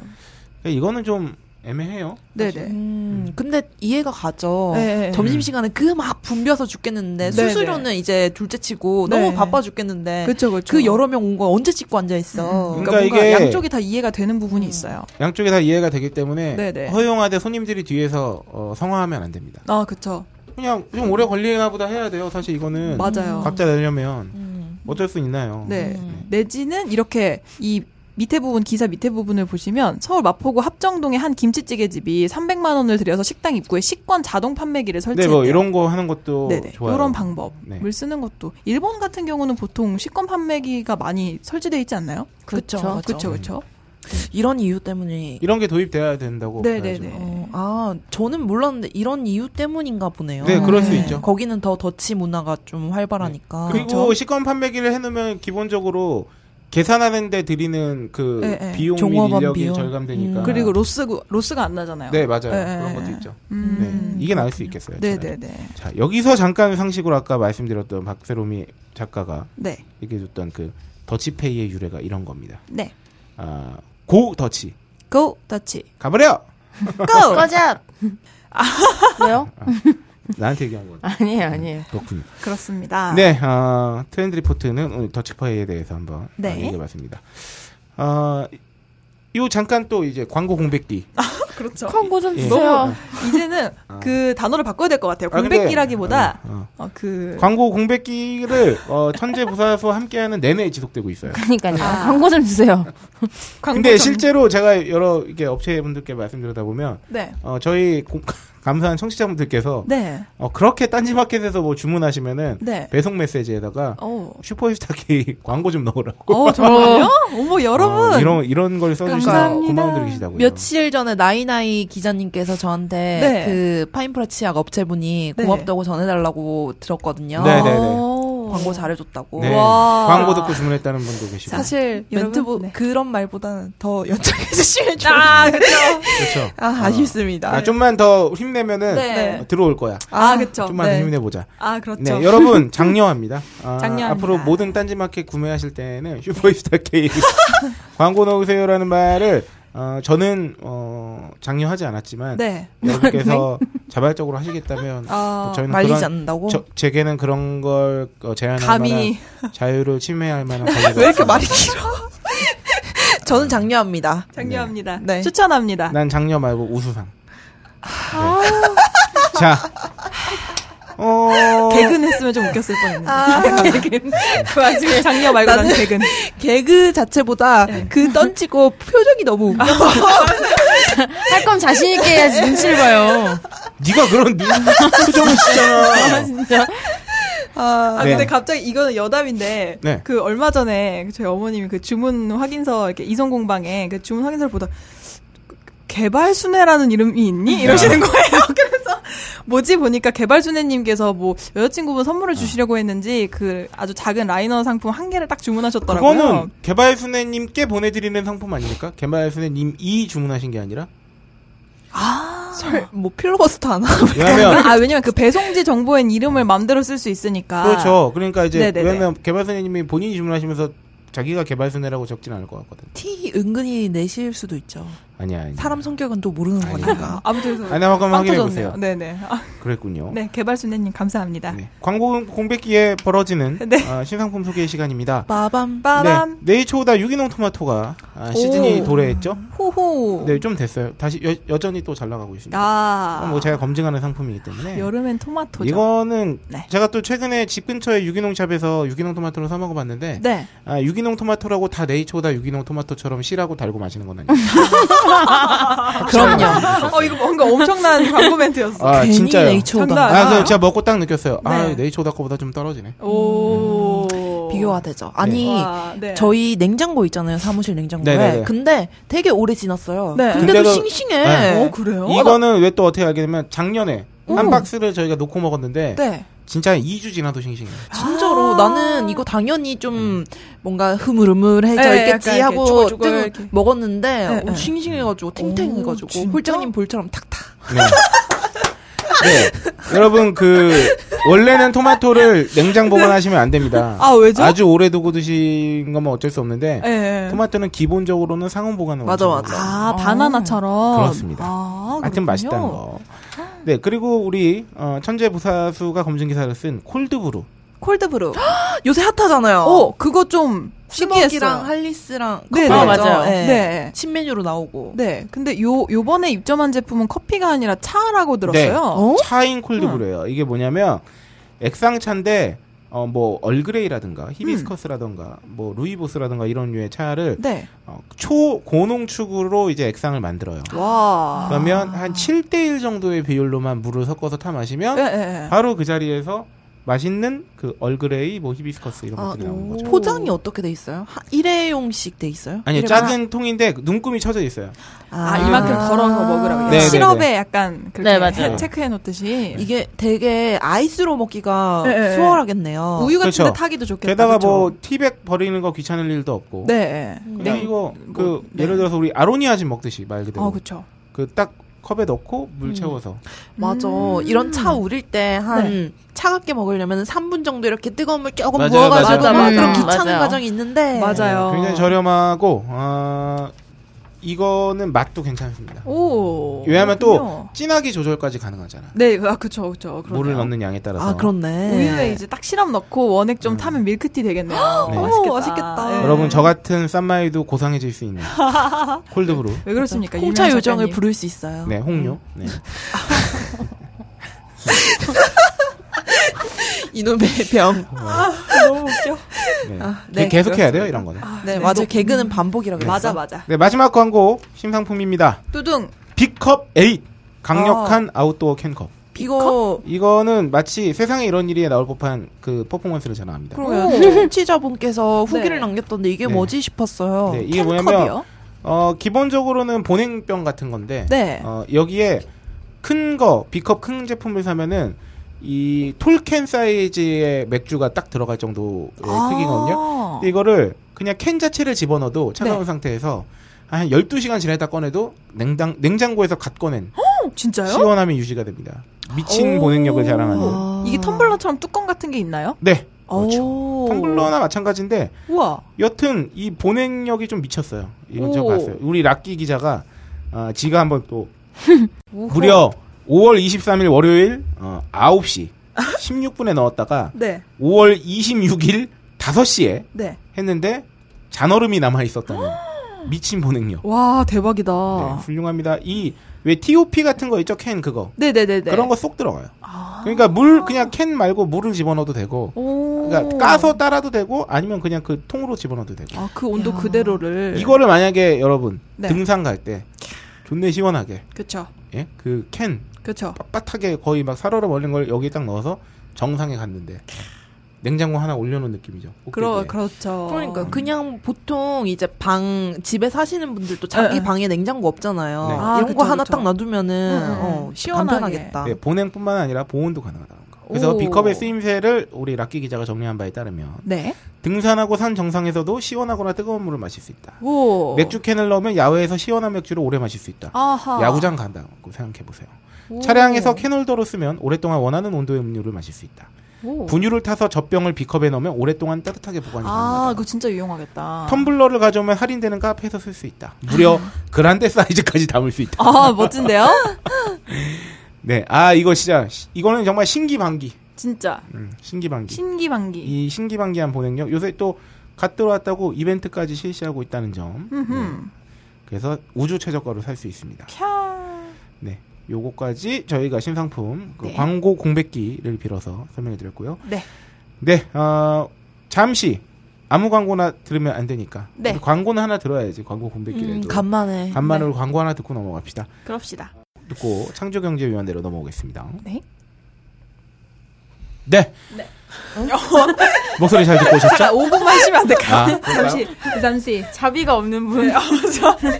Speaker 4: 그러니까 이거는 좀 애매해요.
Speaker 5: 네, 네.
Speaker 6: 음, 근데 이해가 가죠.
Speaker 5: 네, 네.
Speaker 6: 점심시간에 그 막 붐벼서 죽겠는데
Speaker 5: 네,
Speaker 6: 수수료는 이제 둘째 치고
Speaker 5: 네.
Speaker 6: 너무 바빠 죽겠는데 그,
Speaker 5: 그렇죠, 그렇죠.
Speaker 6: 여러 명 온 거 언제 찍고 앉아 있어.
Speaker 4: 음.
Speaker 5: 그러니까,
Speaker 4: 그러니까
Speaker 5: 뭔가
Speaker 4: 이게-
Speaker 5: 양쪽이 다 이해가 되는 부분이 있어요.
Speaker 4: 양쪽에 다 이해가 되기 때문에
Speaker 5: 네네.
Speaker 4: 허용하되 손님들이 뒤에서 어, 성화하면 안 됩니다.
Speaker 5: 아, 그쵸.
Speaker 4: 그냥 좀 오래 걸리나 보다 해야 돼요. 사실 이거는
Speaker 5: 맞아요.
Speaker 4: 각자 내려면
Speaker 6: 음.
Speaker 4: 어쩔 수 있나요?
Speaker 5: 네.
Speaker 4: 음.
Speaker 5: 내지는 이렇게 이 밑에 부분, 기사 밑에 부분을 보시면 서울 마포구 합정동의 한 김치찌개집이 300만원을 들여서 식당 입구에 식권 자동 판매기를
Speaker 4: 네,
Speaker 5: 설치했대요.
Speaker 4: 뭐 이런 거 하는 것도
Speaker 5: 네네.
Speaker 4: 좋아요.
Speaker 5: 이런 방법을
Speaker 4: 네.
Speaker 5: 쓰는 것도 일본 같은 경우는 보통 식권 판매기가 많이 설치돼 있지 않나요?
Speaker 6: 그쵸,
Speaker 7: 그쵸.
Speaker 6: 그쵸.
Speaker 5: 그렇죠, 그렇죠.
Speaker 4: 음,
Speaker 6: 이런 이유 때문에
Speaker 4: 이런 게 도입돼야 된다고.
Speaker 5: 네네네.
Speaker 4: 봐야죠.
Speaker 6: 어, 아 저는 몰랐는데 이런 이유 때문인가 보네요.
Speaker 4: 네, 그럴 수 있죠. 네.
Speaker 6: 거기는 더 더치 문화가 좀
Speaker 5: 아,
Speaker 6: 활발하니까.
Speaker 4: 그리고
Speaker 5: 그렇죠.
Speaker 4: 식권 판매기를 해놓으면 기본적으로 계산하는데 드리는 그
Speaker 5: 네, 네.
Speaker 4: 비용 및
Speaker 6: 종업원
Speaker 4: 인력이
Speaker 6: 비용.
Speaker 4: 절감되니까.
Speaker 6: 음.
Speaker 5: 그리고 로스 로스가 안 나잖아요.
Speaker 4: 네 맞아요
Speaker 5: 네,
Speaker 4: 그런
Speaker 5: 네,
Speaker 4: 것도
Speaker 5: 네.
Speaker 4: 있죠.
Speaker 5: 음.
Speaker 4: 네 이게 나을 수 있겠어요.
Speaker 5: 네,
Speaker 4: 차라리.
Speaker 5: 네, 네.
Speaker 4: 자 여기서 잠깐 상식으로 아까 말씀드렸던 박세롬이 작가가
Speaker 5: 네.
Speaker 4: 얘기해줬던 그 더치페이의 유래가 이런 겁니다.
Speaker 5: 네.
Speaker 4: 아, 고 더치
Speaker 5: 고 더치.
Speaker 4: 가버려.
Speaker 7: 꺼져. 왜요?
Speaker 4: 나한테 얘기한 건
Speaker 7: 아니에요, 아니에요.
Speaker 4: 그렇군요.
Speaker 5: 그렇습니다.
Speaker 4: 네, 아, 트렌드 리포트는 오늘 더치파이에 대해서 한번
Speaker 5: 네.
Speaker 4: 아, 얘기해봤습니다. 아, 요 잠깐 또 이제 광고 공백기.
Speaker 5: 그렇죠.
Speaker 7: 광고 좀
Speaker 4: 예.
Speaker 7: 주세요.
Speaker 5: 이제는
Speaker 4: 아.
Speaker 5: 그 단어를 바꿔야 될 것 같아요.
Speaker 4: 아, 근데,
Speaker 5: 공백기라기보다
Speaker 4: 어, 어.
Speaker 5: 어, 그
Speaker 4: 광고 공백기를 어, 천재 부사와 함께하는 내내 지속되고 있어요.
Speaker 7: 그러니까요.
Speaker 5: 아.
Speaker 7: 광고 좀 주세요.
Speaker 5: 광고
Speaker 4: 근데
Speaker 5: 전-
Speaker 4: 실제로 제가 여러 이게 업체분들께 말씀드리다 보면
Speaker 5: 네.
Speaker 4: 어, 저희 고- 감사한 청취자분들께서
Speaker 5: 네.
Speaker 4: 어, 그렇게 딴지마켓에서 뭐 주문하시면은
Speaker 5: 네.
Speaker 4: 배송 메시지에다가
Speaker 5: 어.
Speaker 4: 슈퍼스타 K 광고 좀 넣으라고.
Speaker 5: 어, 정말요? 어머, 여러분.
Speaker 4: 어, 이런 이런 걸 써주시는
Speaker 5: 감사합니다.
Speaker 4: 고마운 분들 계시다고요.
Speaker 6: 며칠 전에 나이나이 기자님께서 저한테
Speaker 5: 네.
Speaker 6: 그 파인프라 치약 업체분이
Speaker 5: 네.
Speaker 6: 고맙다고 전해달라고 들었거든요.
Speaker 4: 네, 네.
Speaker 5: 오.
Speaker 6: 광고 잘해줬다고.
Speaker 4: 네.
Speaker 5: 와.
Speaker 4: 광고 듣고 주문했다는 분도 계시고.
Speaker 6: 사실
Speaker 5: 여러분,
Speaker 6: 멘트 보,
Speaker 5: 네.
Speaker 6: 그런 말보다는 더 연장해주시면 좋을
Speaker 5: 아, 그쵸.
Speaker 4: 그렇죠.
Speaker 6: 아, 아쉽습니다.
Speaker 4: 아, 좀만 더 힘내면은
Speaker 5: 네.
Speaker 4: 어, 들어올 거야.
Speaker 5: 아, 그쵸.
Speaker 4: 좀만
Speaker 5: 네.
Speaker 4: 더 힘내보자.
Speaker 5: 아,
Speaker 4: 네,
Speaker 5: 그렇죠.
Speaker 4: 여러분 장려합니다. 아,
Speaker 5: 장려합니다.
Speaker 4: 앞으로 모든 딴지마켓 구매하실 때는 슈퍼스타 K 광고 넣으세요라는 말을 어, 저는 어, 장려하지 않았지만
Speaker 5: 네.
Speaker 4: 여러분께서 자발적으로 하시겠다면 뭐
Speaker 5: 아,
Speaker 4: 저희는
Speaker 6: 말리지
Speaker 4: 그런
Speaker 6: 않는다고?
Speaker 4: 저, 제게는 그런 걸 어, 제한할
Speaker 5: 감히
Speaker 4: 만한 자유를 침해할 만한 권리가
Speaker 6: 왜 이렇게
Speaker 4: 없습니다.
Speaker 6: 말이 길어? 저는 장려합니다.
Speaker 5: 장려합니다.
Speaker 6: 네.
Speaker 5: 추천합니다.
Speaker 4: 난 장려 말고 우수상.
Speaker 5: 아.
Speaker 4: 네. 자, 어,
Speaker 5: 개근 했으면 좀 웃겼을 뻔했는데. 개근. 그 와중에 장려 말고 나는
Speaker 6: 아, 나는
Speaker 5: 개근.
Speaker 6: 개그 자체보다 그 던지고 표정이 너무 웃겨서
Speaker 7: 할 거면 자신있게 해야지 눈치를 봐요.
Speaker 4: 네가 그런 눈 표정을 짓잖아.
Speaker 5: 아,
Speaker 4: 네.
Speaker 5: 근데 갑자기 이거는 여담인데
Speaker 4: 네.
Speaker 5: 그 얼마 전에 저희 어머님이 그 주문 확인서 이렇게 이성 공방에 그 주문 확인서를 보다 개발 순애라는 이름이 있니? 이러시는 거예요. 그래서 뭐지 보니까 개발 순애님께서 뭐 여자친구분 선물을 주시려고 했는지 그 아주 작은 라이너 상품 한 개를 딱 주문하셨더라고요.
Speaker 4: 그거는 개발순애님께 보내드리는 상품 아닙니까? 개발순애님이 주문하신 게 아니라?
Speaker 6: 설- 뭐 필러버스터 하나?
Speaker 4: 왜냐면,
Speaker 5: 아 왜냐면 그 배송지 정보엔 이름을 마음대로 쓸 수 있으니까.
Speaker 4: 그렇죠. 그러니까 이제,
Speaker 5: 아. 네네네.
Speaker 4: 왜냐면 개발순애님이 본인이 주문하시면서 자기가 개발순애라고 적진 않을 것 같거든.
Speaker 6: 티 은근히 내실 수도 있죠.
Speaker 4: 아니야, 아니야.
Speaker 6: 사람 성격은 또 모르는
Speaker 4: 아니야.
Speaker 6: 거니까.
Speaker 5: 아무튼 그래서
Speaker 4: 아니, 한번
Speaker 5: 빵
Speaker 4: 확인해보세요.
Speaker 5: 터졌네요. 네네. 아,
Speaker 4: 그랬군요.
Speaker 5: 네 개발 순애님 감사합니다.
Speaker 4: 네. 광고 공백기에 벌어지는
Speaker 5: 네.
Speaker 4: 어, 신상품 소개 시간입니다.
Speaker 6: 빠밤.
Speaker 5: 빠밤
Speaker 4: 네, 네이처보다 유기농 토마토가 아, 시즌이
Speaker 5: 오.
Speaker 4: 도래했죠.
Speaker 5: 호호.
Speaker 4: 네, 좀 됐어요. 다시 여, 전히 또 잘 나가고 있습니다.
Speaker 5: 아.
Speaker 4: 어, 뭐 제가 검증하는 상품이기 때문에
Speaker 5: 여름엔 토마토죠.
Speaker 4: 이거는
Speaker 5: 네.
Speaker 4: 제가 또 최근에 집 근처에 유기농 샵에서 유기농 토마토를 사 먹어봤는데
Speaker 5: 네.
Speaker 4: 아, 유기농 토마토라고 다 네이처보다 유기농 토마토처럼 씨라고 달고 마시는 건 아니에요.
Speaker 6: 아, 그럼요.
Speaker 5: 어 이거 뭔가 엄청난 광고 멘트였어.
Speaker 4: 아
Speaker 6: 괜히
Speaker 4: 진짜요.
Speaker 6: 네이처보다
Speaker 5: 장난.
Speaker 4: 아, 그래서 제가 먹고 딱 느꼈어요. 아,
Speaker 5: 네.
Speaker 4: 네이처보다 거보다 좀 떨어지네.
Speaker 5: 오.
Speaker 6: 비교가 되죠. 아니
Speaker 5: 와, 네.
Speaker 6: 저희 냉장고 있잖아요. 사무실 냉장고에.
Speaker 4: 네네네.
Speaker 6: 근데 되게 오래 지났어요.
Speaker 5: 네.
Speaker 6: 근데도
Speaker 4: 근데도-
Speaker 6: 싱싱해. 아,
Speaker 4: 네.
Speaker 5: 어 그래요?
Speaker 4: 이거는 왜 또 어떻게 알게 되면 작년에 한 박스를 저희가 놓고 먹었는데
Speaker 6: 네.
Speaker 4: 진짜 2주 지나도 싱싱해요.
Speaker 6: 진짜로
Speaker 5: 아.
Speaker 6: 나는 이거 당연히 좀 뭔가 흐물흐물해져
Speaker 5: 네,
Speaker 6: 있겠지
Speaker 5: 약간 이렇게
Speaker 6: 하고
Speaker 5: 조글조글
Speaker 6: 좀
Speaker 5: 이렇게.
Speaker 6: 먹었는데
Speaker 5: 네,
Speaker 6: 어,
Speaker 5: 네.
Speaker 6: 싱싱해가지고 탱탱해가지고
Speaker 5: 진짜?
Speaker 6: 홀장님 볼처럼 탁탁.
Speaker 4: 네. 네. 여러분 그 원래는 토마토를 냉장 보관하시면 안 됩니다.
Speaker 5: 아, 왜죠?
Speaker 4: 아주 오래 두고 드신 거면 어쩔 수 없는데
Speaker 5: 예, 예.
Speaker 4: 토마토는 기본적으로는 상온 보관을
Speaker 6: 맞아,
Speaker 4: 원하는
Speaker 6: 맞아.
Speaker 4: 거예요.
Speaker 5: 아 바나나처럼.
Speaker 4: 그렇습니다.
Speaker 5: 아,
Speaker 4: 하여튼
Speaker 5: 그렇군요.
Speaker 4: 맛있다는 거. 네, 그리고 우리 어, 천재 부사수가 검증 기사를 쓴 콜드브루.
Speaker 5: 콜드브루.
Speaker 6: 요새 핫하잖아요.
Speaker 5: 오 그거 좀 어, 신기했어요.
Speaker 6: 어. 스모키랑 할리스랑
Speaker 5: 네,
Speaker 6: 커피
Speaker 7: 아,
Speaker 6: 있죠?
Speaker 7: 맞아요.
Speaker 6: 네.
Speaker 5: 네.
Speaker 6: 신메뉴로 나오고.
Speaker 5: 네. 근데 요 요번에 입점한 제품은 커피가 아니라 차라고 들었어요.
Speaker 4: 차인 콜드브루예요. 이게 뭐냐면 액상차인데 어, 뭐 얼그레이라든가 히비스커스라든가 뭐 루이보스라든가 이런 류의 차를
Speaker 5: 네.
Speaker 4: 어, 초고농축으로 이제 액상을 만들어요.
Speaker 5: 네. 와.
Speaker 4: 그러면 한 7대1 정도의 비율로만 물을 섞어서 타 마시면
Speaker 5: 예, 예, 예.
Speaker 4: 바로 그 자리에서 맛있는 그 얼그레이, 뭐 히비스커스 이런
Speaker 5: 아,
Speaker 4: 것들이 나오는 거죠.
Speaker 6: 포장이 어떻게 돼 있어요? 하- 일회용씩 돼 있어요?
Speaker 4: 아니요,
Speaker 5: 이런-
Speaker 4: 작은 통인데 눈금이 쳐져 있어요.
Speaker 5: 아, 이만큼 덜어서 먹으라고.
Speaker 4: 네, 네, 네.
Speaker 5: 시럽에 약간 그렇게
Speaker 7: 네, 맞아요.
Speaker 5: 체크해 놓듯이
Speaker 6: 예. 이게 되게 아이스로 먹기가
Speaker 5: 네, 네.
Speaker 6: 수월하겠네요.
Speaker 5: 우유 같은 데
Speaker 4: 그렇죠.
Speaker 5: 타기도 좋겠다.
Speaker 4: 게다가
Speaker 5: 그러니까 그쵸?
Speaker 4: 뭐 티백 버리는 거 귀찮을 일도 없고.
Speaker 5: 네.
Speaker 4: 그냥
Speaker 5: 네.
Speaker 4: 이거 그
Speaker 5: 뭐, 네.
Speaker 4: 예를 들어서 우리 아로니아진 먹듯이 말
Speaker 5: 아,
Speaker 4: 그대로
Speaker 5: 그렇죠.
Speaker 4: 그 딱 컵에 넣고 물 채워서
Speaker 6: 맞아.
Speaker 5: 음. 네.
Speaker 6: 이런 차 우릴 때 한 차갑게 먹으려면 3분 정도 이렇게 뜨거운 물 조금
Speaker 4: 맞아요, 네,
Speaker 6: 부어가지고
Speaker 5: 음,
Speaker 4: 맞아요.
Speaker 6: 막 그런
Speaker 7: 맞아요.
Speaker 5: 네.
Speaker 6: 귀찮은
Speaker 7: 맞아요.
Speaker 6: 과정이 있는데
Speaker 5: 맞아요.
Speaker 4: 굉장히 저렴하고 아, 이거는 맛도 괜찮습니다.
Speaker 5: 오.
Speaker 4: 왜냐하면
Speaker 5: 어, 그렇군요.
Speaker 4: 또 진하게 조절까지 가능하잖아.
Speaker 5: 네, 아 그쵸 그쵸. 그러네요.
Speaker 4: 물을 넣는 양에 따라서.
Speaker 6: 아 그렇네.
Speaker 5: 우유에 이제 딱 시럽 넣고 원액 좀 타면 밀크티 되겠네요.
Speaker 4: 음. 네.
Speaker 5: 어머,
Speaker 6: 맛있겠다.
Speaker 4: 여러분 저 같은 쌈마이도 고상해질 수 있는 콜드브루.
Speaker 5: 왜 그렇습니까?
Speaker 6: 그러니까 홍차
Speaker 5: 유명한
Speaker 6: 요정을
Speaker 5: 작가님.
Speaker 6: 부를 수 있어요.
Speaker 4: 네, 홍요. 네.
Speaker 6: 이놈의 병.
Speaker 5: 너무 웃겨.
Speaker 4: 네.
Speaker 6: 아, 네,
Speaker 4: 계속 해야 돼요 이런 거는.
Speaker 6: 네, 맞아요. 개그는 반복이라고 했어.
Speaker 5: 음. 맞아 맞아.
Speaker 4: 네 마지막 광고 신상품입니다.
Speaker 6: 그
Speaker 5: 뚜둥.
Speaker 4: 빅컵 8 강력한 아웃도어 캔컵.
Speaker 6: 이거
Speaker 4: 이거는 마치 세상에 이런 일이 나올 법한 그 퍼포먼스를 전합니다.
Speaker 6: 그러면 청취자분께서 후기를
Speaker 5: 네.
Speaker 6: 남겼던데 이게
Speaker 4: 네.
Speaker 6: 뭐지 싶었어요.
Speaker 4: 네, 이게 뭐냐면 어, 기본적으로는 보냉병 같은 건데
Speaker 6: 네.
Speaker 4: 어, 여기에 큰 거, B컵 큰 제품을 사면은 이 톨캔 사이즈의 맥주가 딱 들어갈 정도의
Speaker 6: 아.
Speaker 4: 크기거든요.
Speaker 5: 어,
Speaker 4: 근데 이거를 그냥 캔 자체를 집어넣어도 차가운 상태에서 한 12시간 지나다 꺼내도 냉장, 냉장고에서 갓 꺼낸
Speaker 5: 진짜요?
Speaker 4: 시원함이 유지가 됩니다. 미친
Speaker 5: 오.
Speaker 4: 보냉력을 자랑하는.
Speaker 5: 이게 텀블러처럼 뚜껑 같은 게 있나요?
Speaker 4: 네. 아. 그렇죠.
Speaker 6: 오.
Speaker 4: 텀블러나 마찬가지인데
Speaker 5: 우와.
Speaker 4: 여튼 이 보냉력이 좀 미쳤어요. 이런 적
Speaker 5: 오.
Speaker 4: 봤어요. 우리 락기 기자가 아, 지가 한번 또 무려 5월 23일 월요일 어, 9시 16분에 넣었다가
Speaker 5: 네.
Speaker 4: 5월 26일 5시에
Speaker 5: 네.
Speaker 4: 했는데 잔얼음이 남아 있었다는 미친 보냉력.
Speaker 5: 와 대박이다.
Speaker 4: 네, 훌륭합니다. 이 왜 TOP 같은 거 있죠 캔 그거
Speaker 5: 네 네네네. 아.
Speaker 4: 그런 거 쏙 들어가요. 그러니까 물 그냥 캔 말고 물을 집어넣어도 되고
Speaker 5: 오.
Speaker 4: 그러니까 까서 따라도 되고 아니면 그냥 그 통으로 집어넣어도 되고.
Speaker 5: 아그 온도 그대로를.
Speaker 4: 이거를 만약에 여러분
Speaker 5: 네.
Speaker 4: 등산 갈 때 존내 시원하게
Speaker 5: 그쵸.
Speaker 4: 예? 그 캔
Speaker 5: 그쵸.
Speaker 4: 빳빳하게 거의 막 살얼음 얼린 걸 여기 딱 넣어서 정상에 갔는데 냉장고 하나 올려놓은 느낌이죠.
Speaker 5: 그러
Speaker 4: 꼭대기에.
Speaker 5: 그렇죠.
Speaker 6: 그러니까 그냥 보통 이제 방 집에 사시는 분들도 자기
Speaker 5: 네.
Speaker 6: 방에 냉장고 없잖아요.
Speaker 4: 네.
Speaker 5: 아,
Speaker 6: 이런
Speaker 5: 그쵸,
Speaker 6: 거 하나
Speaker 5: 그쵸. 음,
Speaker 6: 딱 놔두면은
Speaker 5: 응, 응.
Speaker 6: 어,
Speaker 5: 시원하게.
Speaker 6: 간편하겠다.
Speaker 4: 네, 보냉뿐만 아니라 보온도 가능하다는 거. 그래서
Speaker 7: 오.
Speaker 4: B컵의 쓰임새를 우리 락기 기자가 정리한 바에 따르면
Speaker 5: 네.
Speaker 4: 등산하고 산 정상에서도 시원하거나 뜨거운 물을 마실 수 있다.
Speaker 5: 오.
Speaker 4: 맥주 캔을 넣으면 야외에서 시원한 맥주를 오래 마실 수 있다.
Speaker 5: 어. 아하.
Speaker 4: 야구장 간다고 생각해 보세요. 차량에서 캔홀더로 쓰면 오랫동안 원하는 온도의 음료를 마실 수 있다. 분유를 타서 젖병을 B컵에 넣으면 오랫동안 따뜻하게 보관이
Speaker 5: 아,
Speaker 4: 가능하다.
Speaker 5: 그거 진짜 유용하겠다.
Speaker 4: 텀블러를 가져오면 할인되는 카페에서 쓸 수 있다. 무려 그란데 사이즈까지 담을 수 있다.
Speaker 5: 아, 멋진데요?
Speaker 4: 네, 아 이거 진짜 시- 이거는 정말 신기반기.
Speaker 5: 진짜.
Speaker 4: 음, 신기반기.
Speaker 5: 신기반기.
Speaker 4: 이 신기반기한 보냉력 요새 또 갓 들어왔다고 이벤트까지 실시하고 있다는 점. 네,
Speaker 5: 흠
Speaker 4: 그래서 우주 최저가로 살 수 있습니다.
Speaker 5: 캬.
Speaker 4: 네, 요거까지 저희가 신상품 그 광고 공백기를 빌어서 설명해 드렸고요.
Speaker 5: 네.
Speaker 4: 네, 어, 잠시 아무 광고나 들으면 안 되니까.
Speaker 5: 네.
Speaker 4: 우리 광고는 하나 들어야지. 광고 공백기라도.
Speaker 6: 음, 간만에.
Speaker 4: 간만에 우리 광고 하나 듣고 넘어갑시다.
Speaker 5: 네. 그럽시다.
Speaker 4: 듣고 창조경제위원회로 넘어오겠습니다.
Speaker 5: 네.
Speaker 4: 네. 목소리 잘 듣고 오셨죠?
Speaker 5: 5분만 하시면 안 될까요?
Speaker 4: 아, 그런가요?
Speaker 5: 잠시. 자비가 없는 분.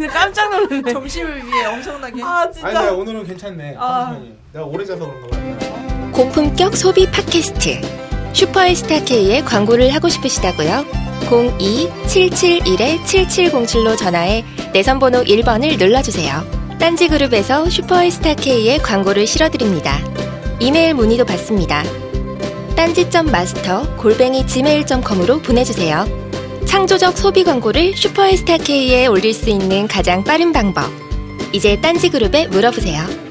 Speaker 5: 깜짝 놀랐네. 네, 점심을 위해 엄청나게. 아,
Speaker 4: 아니,
Speaker 5: 진짜.
Speaker 4: 나 오늘은 괜찮네.
Speaker 5: 아.
Speaker 4: 컨디션이. 내가 오래 자서 그런가 봐.
Speaker 1: 고품격 소비 팟캐스트 슈퍼에스타 K의 광고를 하고 싶으시다고요? 02-771-7707로 전화해 내선번호 1번을 눌러주세요. 딴지그룹에서 슈퍼에스타 K의 광고를 실어드립니다. 이메일 문의도 받습니다. 딴지.마스터 골뱅이 gmail.com으로 보내주세요. 창조적 소비 광고를 슈퍼에스타 K에 올릴 수 있는 가장 빠른 방법. 이제 딴지그룹에 물어보세요.